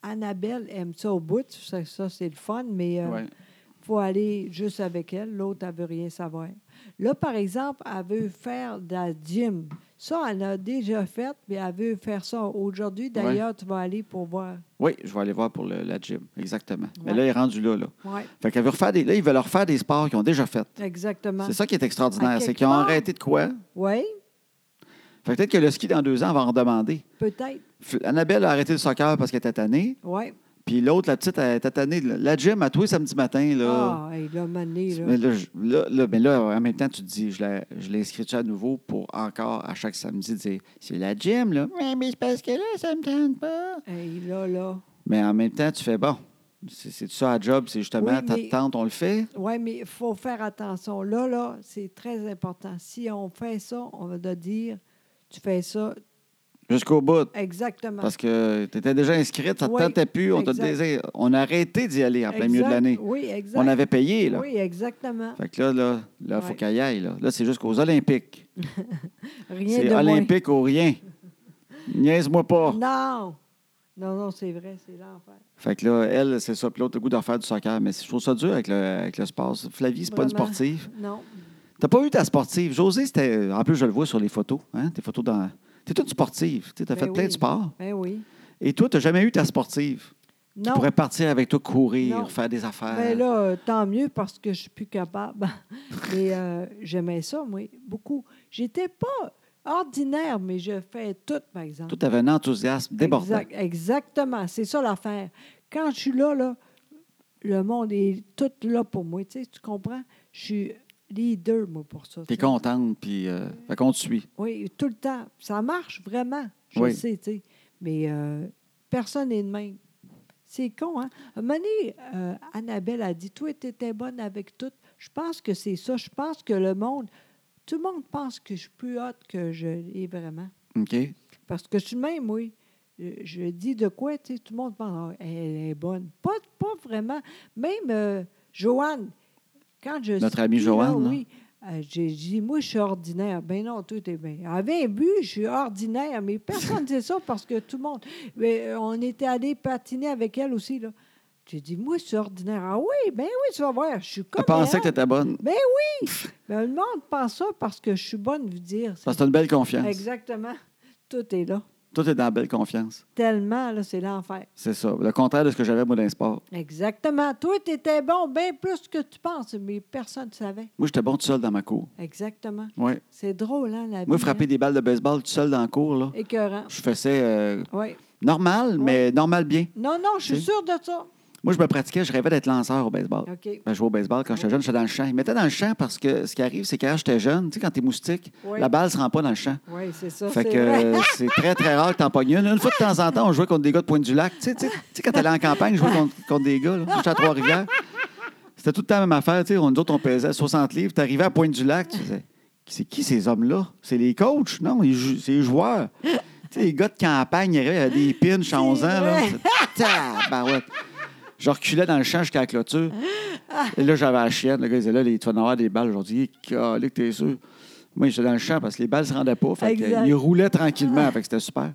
S2: Annabelle aime ça au bout. Ça, ça, c'est le fun, mais euh,
S1: Ouais.
S2: faut aller juste avec elle. L'autre, elle veut rien savoir. Là, par exemple, elle veut faire de la gym. Ça, elle a déjà fait, mais elle veut faire ça aujourd'hui. D'ailleurs, tu vas aller pour voir.
S1: Oui, je vais aller voir pour le- la gym. Exactement. Mais
S2: Ouais.
S1: là, il est rendu là. là.
S2: Oui,
S1: Fait qu'elle veut refaire des. Là, ils veulent refaire des sports qu'ils ont déjà fait.
S2: exactement.
S1: C'est ça qui est
S2: À
S1: extraordinaire.
S2: quelque
S1: C'est qu'ils ont
S2: part.
S1: arrêté de quoi?
S2: Oui,
S1: Fait que peut-être que le ski dans deux ans va en redemander.
S2: peut-être.
S1: F- Annabelle a arrêté le soccer parce qu'elle était tannée.
S2: Oui.
S1: Puis l'autre, la petite, elle était tannée. La gym à tous les samedis matin, là.
S2: Ah, il a mané, là.
S1: Mais là, je- là, là, mais là, en même temps, tu te dis, je l'ai- je l'ai inscrite à nouveau pour encore, à chaque samedi, dire, c'est la gym, là. Ouais, mais c'est parce que là, ça me tente pas.
S2: Hey, là, là.
S1: Mais en même temps, tu fais, bon, c'est c'est ça à job, c'est justement,
S2: Oui,
S1: ta
S2: mais-
S1: tante, on le fait.
S2: Oui, mais il faut faire attention. Là, là, c'est très important. Si on fait ça, on va te dire, tu fais ça
S1: Jusqu'au bout.
S2: exactement.
S1: Parce que tu étais déjà inscrite, ça ne te
S2: Oui,
S1: tentait plus, on, t'a
S2: exact.
S1: désir- on a arrêté d'y aller en plein milieu de
S2: Exact.
S1: l'année.
S2: Oui, exact.
S1: On avait payé, là.
S2: Oui, exactement.
S1: Fait que là, là, là, faut
S2: Ouais.
S1: qu'elle y aille. Là, là c'est jusqu'aux Olympiques.
S2: Rien
S1: C'est
S2: de moins.
S1: Olympique ou rien. Niaise-moi pas.
S2: Non. Non, non, c'est vrai, c'est l'enfer.
S1: Fait que là, elle, c'est ça. Puis l'autre, le goût de refaire du soccer. Mais je trouve ça dur avec le, avec le sport. Flavie, c'est pas une
S2: Vraiment.
S1: sportive.
S2: Non.
S1: T'as pas eu ta sportive. Josée, c'était. En plus, je le vois sur les photos. Hein? Tes photos dans. T'es toute sportive. Tu as
S2: Ben
S1: fait plein
S2: oui.
S1: de sports.
S2: Ben oui.
S1: Et toi, t'as jamais eu ta sportive. Tu
S2: Non.
S1: pourrais partir avec toi courir,
S2: Non.
S1: faire des affaires.
S2: Ben là, euh, tant mieux parce que je suis plus capable. [laughs] Mais euh, j'aimais ça, moi, beaucoup. J'étais pas ordinaire, mais je fais tout, par exemple.
S1: Toi, t'avais un enthousiasme débordant.
S2: Exact- exactement. C'est ça l'affaire. Quand je suis là, là, le monde est tout là pour moi. Tu, sais, tu comprends? Je suis leader, moi, pour ça.
S1: T'es
S2: tu sais.
S1: contente, puis. euh, fait qu'on te suit.
S2: Oui, tout le temps. Ça marche vraiment. Je
S1: Oui.
S2: le sais, tu sais. Mais euh, personne n'est de même. C'est con, hein? À un moment donné, euh, Annabelle a dit Toi, étais bonne avec tout. Je pense que c'est ça. Je pense que le monde. Tout le monde pense que je suis plus haute que je l'ai vraiment.
S1: OK?
S2: Parce que je suis de même, oui. Je, je dis de quoi, tu sais, tout le monde pense, Ah, elle est bonne. Pas, pas vraiment. Même euh, Joanne, quand je
S1: Notre
S2: suis
S1: amie
S2: là,
S1: Joanne, là.
S2: oui, euh, j'ai dit, moi, je suis ordinaire. Ben non, tout est bien. Avec un but, je suis ordinaire, mais personne ne sait ça parce que tout le monde. Mais, euh, on était allé patiner avec elle aussi, là. J'ai dit, moi, je suis ordinaire. Ah oui, ben oui, tu vas voir, je suis comme.
S1: Elle pensait
S2: elle.
S1: que t'étais bonne.
S2: Ben, le monde pense ça parce que je suis bonne, vous dire.
S1: Parce que t'as une belle confiance.
S2: Exactement. Tout est là.
S1: Toi, t'es dans la belle confiance.
S2: Tellement, là, c'est l'enfer.
S1: C'est ça. Le contraire de ce que j'avais, moi, dans les sports.
S2: Exactement. Toi, tu étais bon bien plus que tu penses, mais personne ne savait.
S1: Moi, j'étais bon tout seul dans ma cour.
S2: Exactement.
S1: Oui.
S2: C'est drôle, hein, la vie.
S1: Moi, frapper des balles de baseball tout seul dans la cour, là,
S2: hein? Écœurant.
S1: je faisais euh,
S2: Oui.
S1: normal, mais normal bien.
S2: Non, non, je suis
S1: Oui.
S2: sûre de ça.
S1: Moi, je me pratiquais, je rêvais d'être lanceur au baseball.
S2: OK.
S1: Ben, je jouais au baseball quand j'étais jeune, j'étais dans le champ. Ils mettaient dans le champ parce que ce qui arrive, c'est que quand j'étais jeune, tu sais, quand t'es moustique,
S2: Oui.
S1: la balle ne se rend pas dans le champ.
S2: Oui, c'est ça.
S1: Fait
S2: c'est
S1: que
S2: vrai.
S1: euh, [laughs] c'est très, très rare que t'en pognes une. Une fois de temps en temps, on jouait contre des gars de Pointe-du-Lac. Tu sais, tu sais- tu sais, quand t'allais en campagne, je jouais contre, contre des gars. là. Moi, J'étais à Trois-Rivières. C'était tout le temps la même affaire. Tu sais, on- nous autres, on pesait 60 livres. T'arrivais à Pointe-du-Lac, tu disais, c'est qui ces hommes-là? C'est les coachs? Non, ils jou- c'est les joueurs. Tu sais, les gars de campagne, il y avait des pinches à 11 ans. Là.
S2: vrai.
S1: C'est- Tabarouette. Je reculais dans le champ jusqu'à la clôture.
S2: Ah!
S1: Et là, j'avais la chienne. Le gars disait, là, les- tu vas en avoir des balles aujourd'hui. Calique, t'es sûr? Moi, j'étais dans le champ parce que les balles se rendaient pas. Fait que,
S2: Exact. Ah!
S1: euh, ils roulaient tranquillement. Fait que c'était super.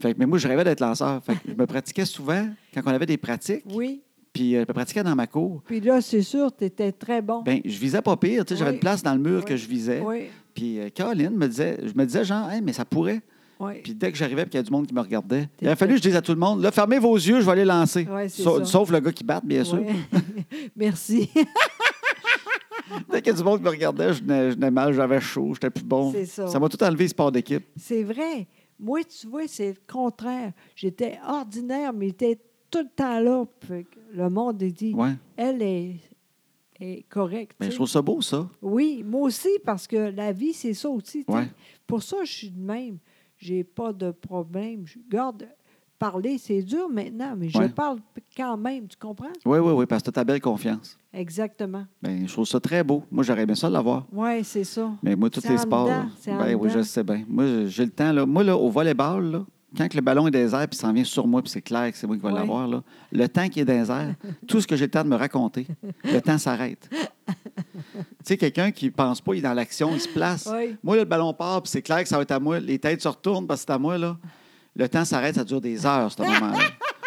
S1: Fait que, mais moi, je rêvais d'être lanceur. Fait que je me pratiquais souvent quand on avait des pratiques.
S2: Oui.
S1: Puis euh, je me pratiquais dans ma cour.
S2: Puis là, c'est sûr, tu étais très bon.
S1: Ben, je visais pas pire. tu sais, J'avais
S2: Oui.
S1: une place dans le mur
S2: Oui.
S1: que je visais.
S2: oui,
S1: Puis euh, Caroline me disait, je me disais genre, Hey, mais ça pourrait.
S2: oui.
S1: Puis dès que j'arrivais, puis qu'il y a du monde qui me regardait, il
S2: T'es
S1: a fallu que je dise à tout le monde, là, fermez vos yeux, je vais aller lancer.
S2: Ouais, c'est
S1: Sau-
S2: ça.
S1: Sauf le gars qui bat, bien sûr.
S2: Oui. [laughs] Merci. [laughs]
S1: Dès qu'il y a du monde qui me regardait, je venais, je venais mal, j'avais chaud, j'étais plus bon.
S2: C'est ça.
S1: m'a tout enlevé, sport d'équipe.
S2: C'est vrai. Moi, tu vois, c'est le contraire. J'étais ordinaire, mais j'étais tout le temps là. Fait que Le monde il dit
S1: Ouais.
S2: elle est, est correcte.
S1: Mais je
S2: tu sais.
S1: trouve ça beau, ça.
S2: Oui, moi aussi, parce que la vie, c'est ça aussi. tu sais.
S1: Ouais.
S2: Pour ça, je suis de même. J'ai pas de problème. Je garde. Parler, c'est dur maintenant, mais
S1: Ouais.
S2: je parle quand même, tu comprends?
S1: Oui, oui, oui, parce que tu as belle confiance.
S2: Exactement.
S1: Ben, je trouve ça très beau. Moi, j'aurais aimé ça l'avoir.
S2: Oui, c'est ça.
S1: Mais moi, tous
S2: C'est
S1: les
S2: en
S1: sports.
S2: dedans,
S1: là,
S2: c'est en
S1: ben oui,
S2: dedans.
S1: je sais bien. Moi, j'ai le temps. Là. Moi, là, au volleyball, là, quand que le ballon est dans les airs puis s'en vient sur moi, puis c'est clair que c'est moi qui vais
S2: Ouais.
S1: l'avoir, là, le temps qui est dans les
S2: [laughs]
S1: airs, tout ce que j'ai le temps de me raconter, le temps s'arrête. tu sais, quelqu'un qui pense pas, il est dans l'action, il se place.
S2: Oui.
S1: Moi, là, le ballon part, puis c'est clair que ça va être à moi. Les têtes se retournent parce que c'est à moi, là. Le temps s'arrête, ça dure des heures, ce moment-là.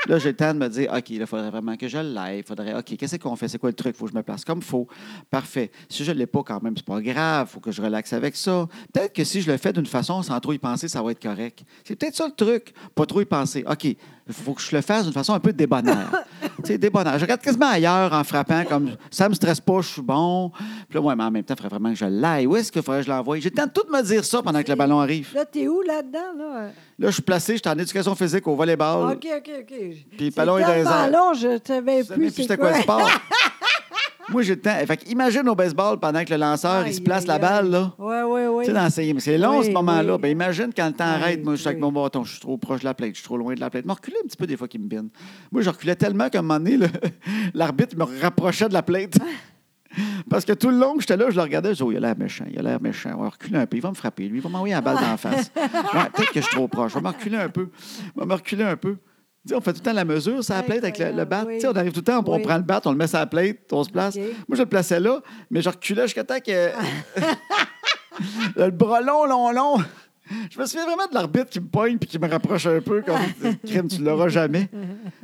S1: Là, j'ai le temps de me dire, OK, il faudrait vraiment que je l'aille. faudrait, OK, qu'est-ce qu'on fait? C'est quoi le truc? Il faut que je me place comme faut. Parfait. Si je ne l'ai pas quand même, c'est pas grave. Il faut que je relaxe avec ça. Peut-être que si je le fais d'une façon sans trop y penser, ça va être correct. C'est peut-être ça le truc. Pas trop y penser. OK, il faut que je le fasse d'une façon un peu débonnaire. tu sais, débonnaire. Je regarde quasiment ailleurs en frappant comme ça me stresse pas, je suis bon. Puis là, ouais, mais en même temps, il faudrait vraiment que je l'aille. Où est-ce qu'il faudrait que je l'envoie? J'ai le temps de tout me dire ça pendant que le ballon arrive.
S2: Là, t'es où là-dedans, là?
S1: Là, je suis placé, je suis en éducation physique au volleyball.
S2: OK, OK, OK.
S1: Oh. Puis le ballon est dans les airs.
S2: ballon, je ne savais
S1: Vous savez
S2: plus
S1: plus
S2: c'est
S1: c'était
S2: quoi.
S1: quoi le sport?
S2: [laughs]
S1: Moi, j'ai le temps. Fait que imagine au baseball pendant que le lanceur, il se place la balle,
S2: [laughs]
S1: là.
S2: Oui, oui, oui.
S1: Tu sais, dans ces- c'est long,
S2: Oui,
S1: ce moment-là.
S2: oui.
S1: Ben, imagine quand le temps
S2: Oui,
S1: arrête, moi, je suis avec
S2: oui.
S1: mon bâton, je suis trop proche de la plainte, je suis trop loin de la plainte. Je me reculais un petit peu des fois qu'il me bine. Moi, je reculais tellement qu'à un moment donné, le- [laughs] l'arbitre me rapprochait de la plainte. [laughs] Parce que tout le long que j'étais là, je le regardais, je disais, oh, il a l'air méchant, il a l'air méchant. On va reculer un peu, il va me frapper, lui, il va m'envoyer la balle d'en
S2: [laughs]
S1: face. Ouais, Peut-être que je suis trop proche, je vais me reculer un peu. Je vais me reculer un peu. Tu sais, on fait tout le temps la mesure, ça la plainte avec le, le bat.
S2: Incroyable,
S1: Tu sais, On arrive tout le temps, on,
S2: oui.
S1: prend le bat, on le met sur la plainte, on se place.
S2: OK.
S1: Moi, je le plaçais là, mais je reculais jusqu'à temps
S2: [laughs]
S1: que. Là, le bras long, long, long. Je me souviens vraiment de l'arbitre qui me poigne puis qui me rapproche un peu
S2: [laughs]
S1: comme crime, tu l'auras jamais.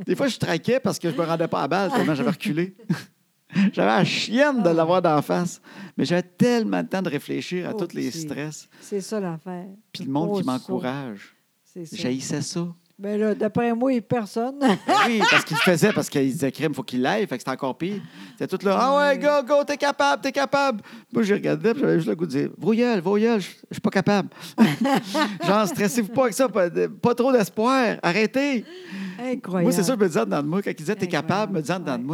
S1: Des fois, je traquais parce que je me rendais pas à balle tellement j'avais reculé. [laughs] j'avais la chienne de l'avoir d'en face. Mais j'avais tellement de temps de réfléchir à
S2: Oh,
S1: tous les
S2: si.
S1: stress.
S2: C'est ça l'affaire.
S1: Puis le monde
S2: Oh,
S1: qui
S2: ça,
S1: m'encourage.
S2: C'est ça.
S1: J'haïssais ça.
S2: Mais là, d'après moi, il n'y a personne. [laughs]
S1: Ben oui, parce qu'il le faisait, parce qu'il disait crime, faut qu'il l'aille, fait que c'était encore pire. C'était tout là, ah ouais, go, go, t'es capable, t'es capable. Moi, je regardais, puis j'avais juste le goût de dire, vrouilleul, vrouilleul, je je suis pas capable. [laughs] Genre, stressez-vous pas avec ça, pas, de- pas trop d'espoir, arrêtez.
S2: Incroyable.
S1: Moi, c'est ça, je me disais dans de moi, quand il disait, t'es capable,
S2: Incroyable,
S1: me disant dans de
S2: ouais.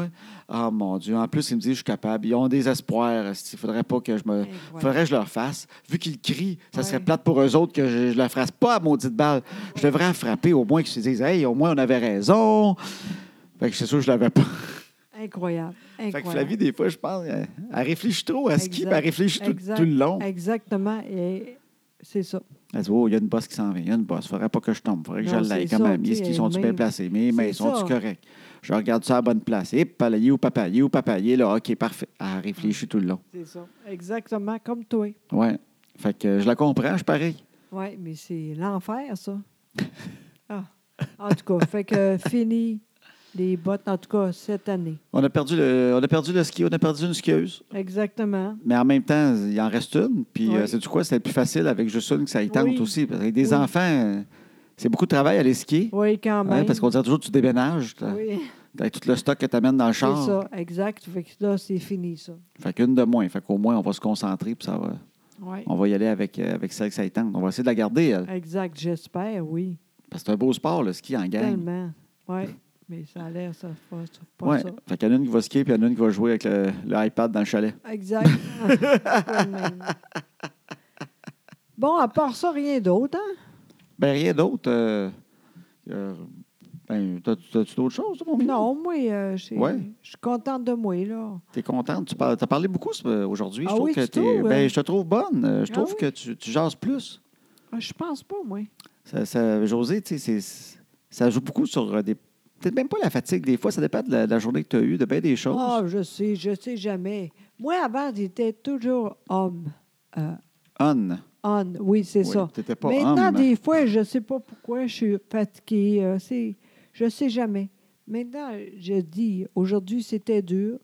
S1: moi, ah mon Dieu, en plus, il me dit, je suis capable, ils ont des espoirs, il faudrait pas que je me.
S2: Incroyable.
S1: faudrait que je leur fasse. Vu qu'ils crient, ça serait
S2: Ouais.
S1: plate pour eux autres que je, je leur fasse pas à maudite balle. Je devrais en frapper au moins qu'ils se disent, hey, au moins on avait raison. Fait que c'est sûr que je l'avais pas.
S2: Incroyable.
S1: Fait que
S2: Incroyable.
S1: Flavie, des fois, je pense, elle, elle réfléchit trop à ce qui,
S2: Exact.
S1: puis elle réfléchit tout,
S2: Exact.
S1: tout le long.
S2: Exactement. Et c'est ça.
S1: Elle dit, oh, il y a une bosse qui s'en vient, il y a une bosse, faudrait pas que je tombe, faudrait que
S2: Non,
S1: je l'aille
S2: c'est
S1: quand
S2: ça,
S1: même.
S2: tu
S1: Est-ce
S2: sais,
S1: qu'ils sont-tu
S2: elle
S1: bien
S2: même.
S1: placés? Mes mains,
S2: C'est
S1: sont-tu
S2: ça.
S1: corrects? Je regarde ça à la bonne place. Eh, Et là, il est où papa? Il est où papa? Il est là, OK, parfait. Elle réfléchit tout le long.
S2: C'est ça. Exactement comme toi.
S1: Ouais. Fait que euh, je la comprends, je suis pareil.
S2: Oui, mais c'est l'enfer, ça. [laughs] Ah. En tout cas, fait que fini les bottes, en tout cas, cette année.
S1: On a perdu le, on a perdu le ski, on a perdu une skieuse.
S2: Exactement.
S1: Mais en même temps, il en reste une. Puis,
S2: Oui.
S1: c'est du quoi? C'était plus facile avec juste une que ça y tente
S2: Oui.
S1: aussi. Parce que des
S2: Oui.
S1: enfants, euh, c'est beaucoup de travail à aller skier.
S2: Oui, quand
S1: Ouais,
S2: même.
S1: parce qu'on dirait toujours que tu déménages. t'as-
S2: Oui,
S1: Avec tout le stock que tu amènes dans le
S2: c'est
S1: char.
S2: ça. Exact. Fait que là, c'est fini, ça.
S1: Fait qu'une de moins. Fait qu'au moins, on va se concentrer. Puis ça va,
S2: Oui.
S1: on va y aller avec, euh, avec celle que ça y tente. On va essayer de la garder, elle.
S2: Exact, j'espère, oui.
S1: Parce que c'est un beau sport, le ski en gang.
S2: Tellement. Oui. Mais ça a l'air, ça pas, ça, pas
S1: Ouais.
S2: ça.
S1: Fait qu'il y en a une qui va skier, puis il y en a une qui va jouer avec le, le iPad dans le chalet.
S2: Exact. Pas
S1: [laughs]
S2: le même. bon, à part ça, rien d'autre, hein?
S1: Ben, rien d'autre. euh, euh, ben, t'as- t'as-tu d'autres choses, toi, mon minou?
S2: Non, moi, euh, j'ai- je
S1: Ouais.
S2: suis contente de moi, là.
S1: T'es contente? Tu as parlé beaucoup ce- aujourd'hui.
S2: Ah
S1: je trouve
S2: oui,
S1: que
S2: tu
S1: t'es-
S2: trouves,
S1: ben,
S2: euh?
S1: je te trouve bonne. Euh, Je
S2: Ah
S1: trouve
S2: oui?
S1: que tu, tu jases plus.
S2: Ah, Je pense pas, moi.
S1: Ça, ça- José, tu sais, c'est- ça joue beaucoup sur euh, des. Peut-être même pas la fatigue, des fois, ça dépend de la, de la journée que tu as eue, de bien des choses.
S2: Ah, je sais, je sais jamais. Moi, avant, j'étais toujours homme. Euh,
S1: On.
S2: on, oui, c'est
S1: Oui,
S2: ça.
S1: t'étais pas
S2: Maintenant,
S1: homme. hein.
S2: des fois, je sais pas pourquoi je suis fatiguée. euh, c'est, je sais jamais. Maintenant, je dis, aujourd'hui, c'était dur.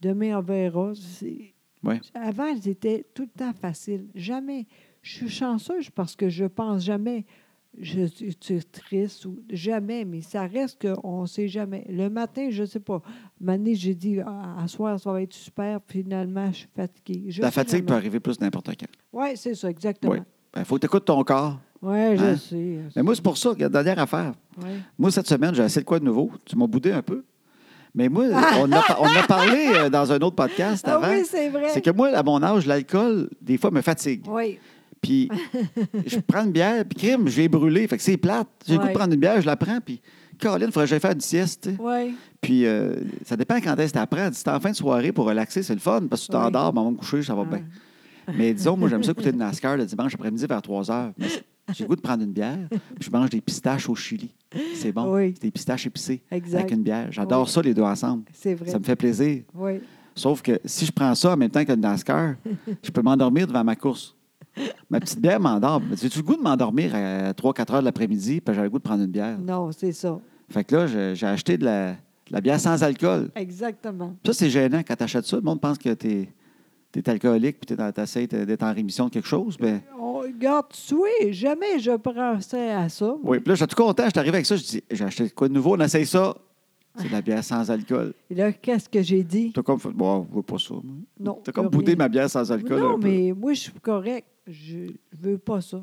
S2: Demain, on verra. C'est-
S1: Ouais.
S2: Avant, c'était tout le temps facile. Jamais. Je suis chanceuse parce que je pense jamais. Je suis tu es triste ou jamais, mais ça reste qu'on ne sait jamais. Le matin, je ne sais pas. Mané, j'ai dit, ah, à à soir, ça va être super. Finalement, je suis fatiguée. Je
S1: La
S2: sais
S1: fatigue peut
S2: jamais.
S1: arriver plus n'importe quand.
S2: Oui, c'est ça,
S1: Oui.
S2: exactement.
S1: Il Ben, faut que tu écoutes ton corps.
S2: Oui, je
S1: Hein?
S2: sais.
S1: Mais moi, c'est pour ça, regarde, dernière affaire.
S2: Ouais.
S1: Moi, cette semaine, j'ai essayé de quoi de nouveau. Tu m'as boudé un peu. Mais moi, on a, on a parlé euh, dans un autre podcast
S2: Ah
S1: avant.
S2: oui, c'est vrai.
S1: c'est que moi, à mon âge, l'alcool, des fois, me fatigue.
S2: Oui, [laughs]
S1: Puis je prends une bière, puis crime, je vais brûler. Fait que c'est plate. J'ai le goût de
S2: Ouais.
S1: prendre une bière, je la prends, puis Caroline, il faudrait que j'aille faire une sieste. tu sais.
S2: oui.
S1: Puis euh, ça dépend quand est-ce que tu apprends. Si t'es en fin de soirée pour relaxer, c'est le fun, parce que tu
S2: Oui.
S1: t'endors, maman me coucher, ça va
S2: Ah.
S1: bien. Mais disons, moi, j'aime ça écouter le NASCAR le dimanche après-midi vers 3 heures. Mais c'est- j'ai le goût de prendre une bière, puis je mange des pistaches au Chili. C'est bon.
S2: Oui.
S1: C'est Des pistaches épicées
S2: Ah. Exact.
S1: avec une bière. J'adore
S2: Oui.
S1: ça, les deux ensemble.
S2: C'est vrai.
S1: Ça me fait plaisir.
S2: Oui.
S1: Sauf que si je prends ça en même temps que le
S2: [laughs]
S1: NASCAR, je peux m'endormir devant ma course. Ma petite bière m'endort. Mais J'ai-tu le goût de m'endormir à 3-4 heures de l'après-midi, puis j'avais le goût de prendre une bière?
S2: Non, c'est ça.
S1: Fait que là, je- j'ai acheté de la, de la bière sans alcool.
S2: Exactement.
S1: Ça, c'est gênant quand tu achètes ça. Le monde pense que tu es, alcoolique puis tu essaies d'être en rémission de quelque chose. Ben,
S2: On garde souhait. Jamais je pensais à ça.
S1: oui, puis là, j'étais tout content. Je suis arrivé avec ça. Je dis, j'ai acheté quoi de nouveau? On essaye ça. C'est de la bière sans alcool.
S2: Et là, qu'est-ce que j'ai dit?
S1: T'as comme fait, bon, je veux pas ça. moi.
S2: Non.
S1: T'as comme
S2: plus
S1: boudé
S2: rien.
S1: ma bière sans alcool. un
S2: Non,
S1: peu.
S2: mais moi, je suis correct. Je je veux pas ça.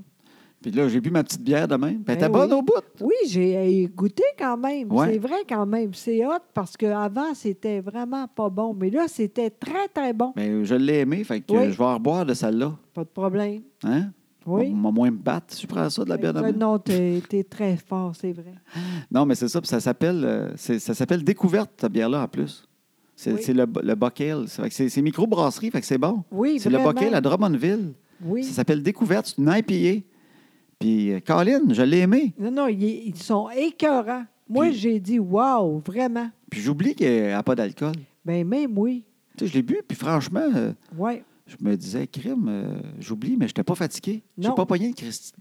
S1: Puis là, j'ai bu ma petite bière de même. Ben,
S2: Ben
S1: t'es bonne
S2: oui.
S1: au bout.
S2: Oui, j'ai euh, goûté quand même.
S1: Ouais.
S2: C'est vrai quand même. C'est hot parce qu'avant, c'était vraiment pas bon. Mais là, c'était très, très bon.
S1: Ben, je l'ai aimé. Fait que
S2: Oui.
S1: je vais en reboire de celle-là.
S2: Pas de problème.
S1: Hein?
S2: Oui.
S1: On va moins me battre. Tu prends ça de la bière de
S2: Fait que
S1: même?
S2: non, t'es t'es très fort, c'est vrai.
S1: Non, mais c'est ça. puis ça s'appelle euh, c'est- ça s'appelle Découverte, cette bière-là, en plus. C'est
S2: Oui.
S1: c'est le, bo- le Bockel. Ça fait que C'est c'est micro-brasserie, fait que c'est bon.
S2: Oui,
S1: c'est le
S2: vraiment.
S1: Bockel à Drummondville.
S2: Oui.
S1: Ça s'appelle Découverte. C'est une IPA. Puis, euh, Colin, je l'ai aimé.
S2: Non, non, ils, ils sont écœurants. Moi,
S1: Puis-
S2: j'ai dit, wow, vraiment.
S1: Puis, j'oublie qu'elle n'a pas d'alcool.
S2: Ben même oui.
S1: Tu sais, je l'ai bu, puis franchement, euh,
S2: Oui.
S1: je me disais, crime, euh, j'oublie, mais je n'étais pas fatigué. Je
S2: Non.
S1: pas pogné de Christi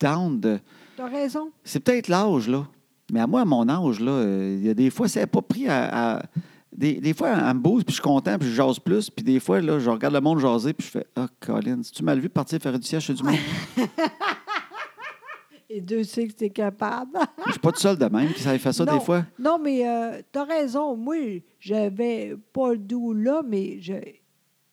S1: down de.
S2: T'as raison.
S1: C'est peut-être l'âge, là. Mais à moi, à mon âge, là, euh, il y a des fois, c'est pas pris à. à- Des, des fois, elle me bouse, puis je suis content, puis je jase plus. Puis des fois, là, je regarde le monde jaser, puis je fais Ah, Colin, si tu mal vu partir faire du siège chez du monde.
S2: Et Dieu sait que t'es capable. [laughs]
S1: je suis pas tout seul de même qui savait faire ça
S2: non,
S1: des fois.
S2: Non, mais euh, t'as raison. Moi, j'avais pas le goût là, mais je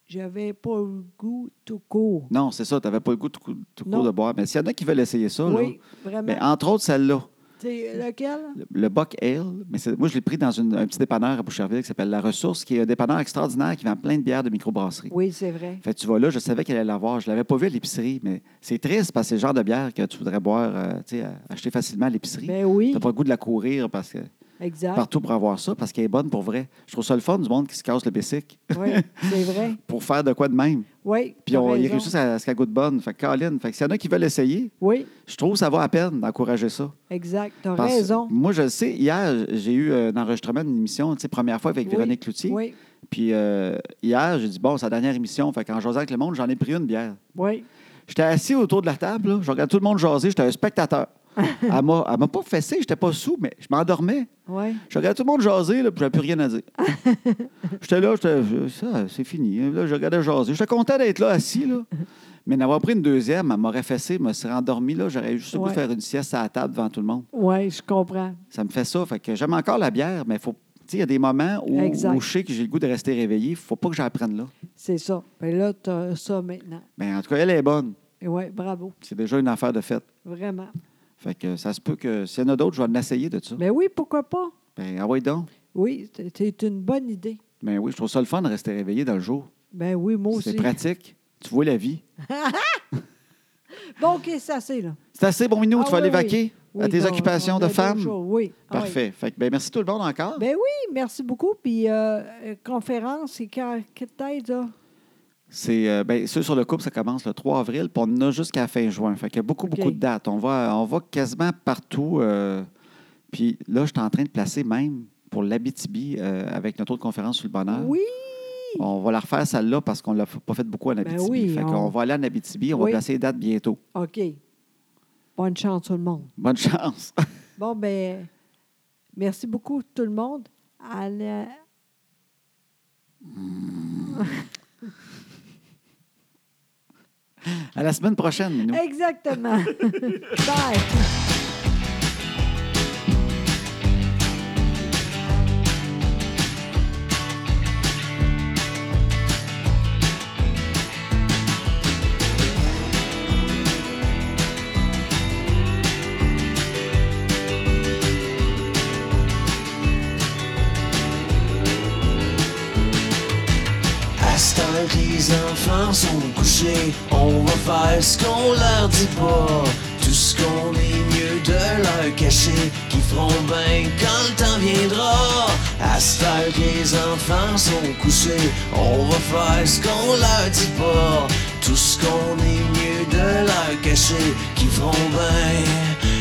S2: j'avais pas le goût tout court.
S1: Non, c'est ça, t'avais pas le goût tout, cou- tout
S2: Non.
S1: court de boire. Mais s'il y en a qui veulent essayer ça, là.
S2: oui, vraiment.
S1: Mais entre autres, celle-là,
S2: C'est lequel?
S1: le, le Buck Ale. Mais c'est- moi, je l'ai pris dans une- un petit dépanneur à Boucherville qui s'appelle La Ressource, qui est un dépanneur extraordinaire qui vend plein de bières de microbrasserie.
S2: Oui, c'est vrai.
S1: Fait que tu vas là, je savais qu'elle allait l'avoir. Je ne l'avais pas vu à l'épicerie, mais c'est triste parce que c'est le genre de bière que tu voudrais boire, euh, tu sais, à- acheter facilement à l'épicerie. Tu
S2: Ben oui, Ah.
S1: n'as pas le goût de la courir parce que,
S2: exact.
S1: partout pour avoir ça, parce qu'elle est bonne pour vrai. Je trouve ça le fun du monde qui se casse le bessic
S2: Oui, c'est vrai.
S1: pour faire de quoi de même.
S2: Oui.
S1: [laughs] Puis
S2: t'as
S1: on, ils
S2: raison.
S1: réussissent à, à ce qu'elle goûte bonne. Fait que Colin, fait que s'il y en a qui veulent essayer,
S2: Oui,
S1: je trouve que ça va à peine d'encourager ça.
S2: exact. T'as
S1: Parce-
S2: raison.
S1: Moi, je le sais, hier, j'ai eu un enregistrement d'une émission, tu sais, première fois avec
S2: Oui,
S1: Véronique Cloutier.
S2: Oui,
S1: Puis euh, hier, j'ai dit, bon, sa dernière émission. Fait qu'en jasant avec le monde, j'en ai pris une bière.
S2: oui.
S1: J'étais assis autour de la table, là. je regardais tout le monde jaser, j'étais un
S2: [laughs]
S1: spectateur. Elle m'a elle m'a pas fessé, j'étais pas sous, mais je m'endormais.
S2: Oui.
S1: Je regardais tout le monde jaser, là, puis j'avais plus rien
S2: [laughs]
S1: à dire. j'étais là, j'étais, je- ça, c'est fini. hein. Là, je regardais jaser. J'étais content d'être là, assis, là. Mais d'avoir pris une deuxième, elle m'aurait fessé, je me serais endormi, là. J'aurais juste voulu
S2: Ouais.
S1: faire une sieste à la table devant tout le monde.
S2: Oui, je comprends.
S1: Ça me fait ça. Fait que j'aime encore la bière, mais faut. tu sais, Il y a des moments où,
S2: Exact.
S1: où je sais que j'ai le goût de rester réveillé. Il faut pas que j'apprenne là.
S2: C'est ça. Ben là, t'as ça maintenant.
S1: Mais en tout cas, elle est bonne.
S2: Oui, bravo.
S1: C'est déjà une affaire de fête.
S2: Vraiment.
S1: Fait que ça se peut que s'il y en a d'autres, je vais en essayer de ça.
S2: Mais oui, pourquoi pas?
S1: Ben, ah ouais donc.
S2: Oui, c'est- c'est une bonne idée.
S1: Ben oui, je trouve ça le fun de rester réveillé dans le jour.
S2: Ben oui, moi aussi.
S1: C'est pratique. Tu vois la vie.
S2: Bon, OK, ça c'est là.
S1: C'est assez, bon minou.
S2: Ah
S1: tu vas
S2: oui,
S1: aller
S2: oui.
S1: vaquer à
S2: Oui,
S1: tes
S2: bon,
S1: occupations
S2: on
S1: de
S2: a d'autres
S1: femme.
S2: choses, Oui. Ah oui.
S1: Parfait. Fait que, ben, merci tout le monde encore.
S2: Ben oui, merci beaucoup. Puis, euh, euh, conférence, c'est quand? Quelle tête, là?
S1: C'est, euh, ben, ceux sur le couple, ça commence le 3 avril, puis on en a jusqu'à la fin juin. Fait qu'il y a beaucoup,
S2: OK.
S1: beaucoup de dates. On va, on va quasiment partout. euh, puis là, je suis en train de placer même pour l'Abitibi euh, avec notre autre conférence sur le bonheur.
S2: Oui,
S1: On va la refaire celle-là parce qu'on ne l'a f- pas fait beaucoup en
S2: Ben
S1: Abitibi.
S2: oui,
S1: fait
S2: on-
S1: qu'on va aller en Abitibi, on
S2: Oui.
S1: va placer les dates bientôt.
S2: OK. Bonne chance, tout le monde.
S1: Bonne [laughs] chance.
S2: Bon, ben, merci beaucoup, tout le monde. À la-
S1: À la semaine prochaine, Minou.
S2: Exactement. [laughs] Bye.
S3: À ce temps que les enfants sont couchés, on va faire ce qu'on leur dit pas. Tout ce qu'on est mieux de leur cacher, qui feront bien quand le temps viendra. À ce temps que les enfants sont couchés, on va faire ce qu'on leur dit pas. Tout ce qu'on est mieux de leur cacher, qui feront bien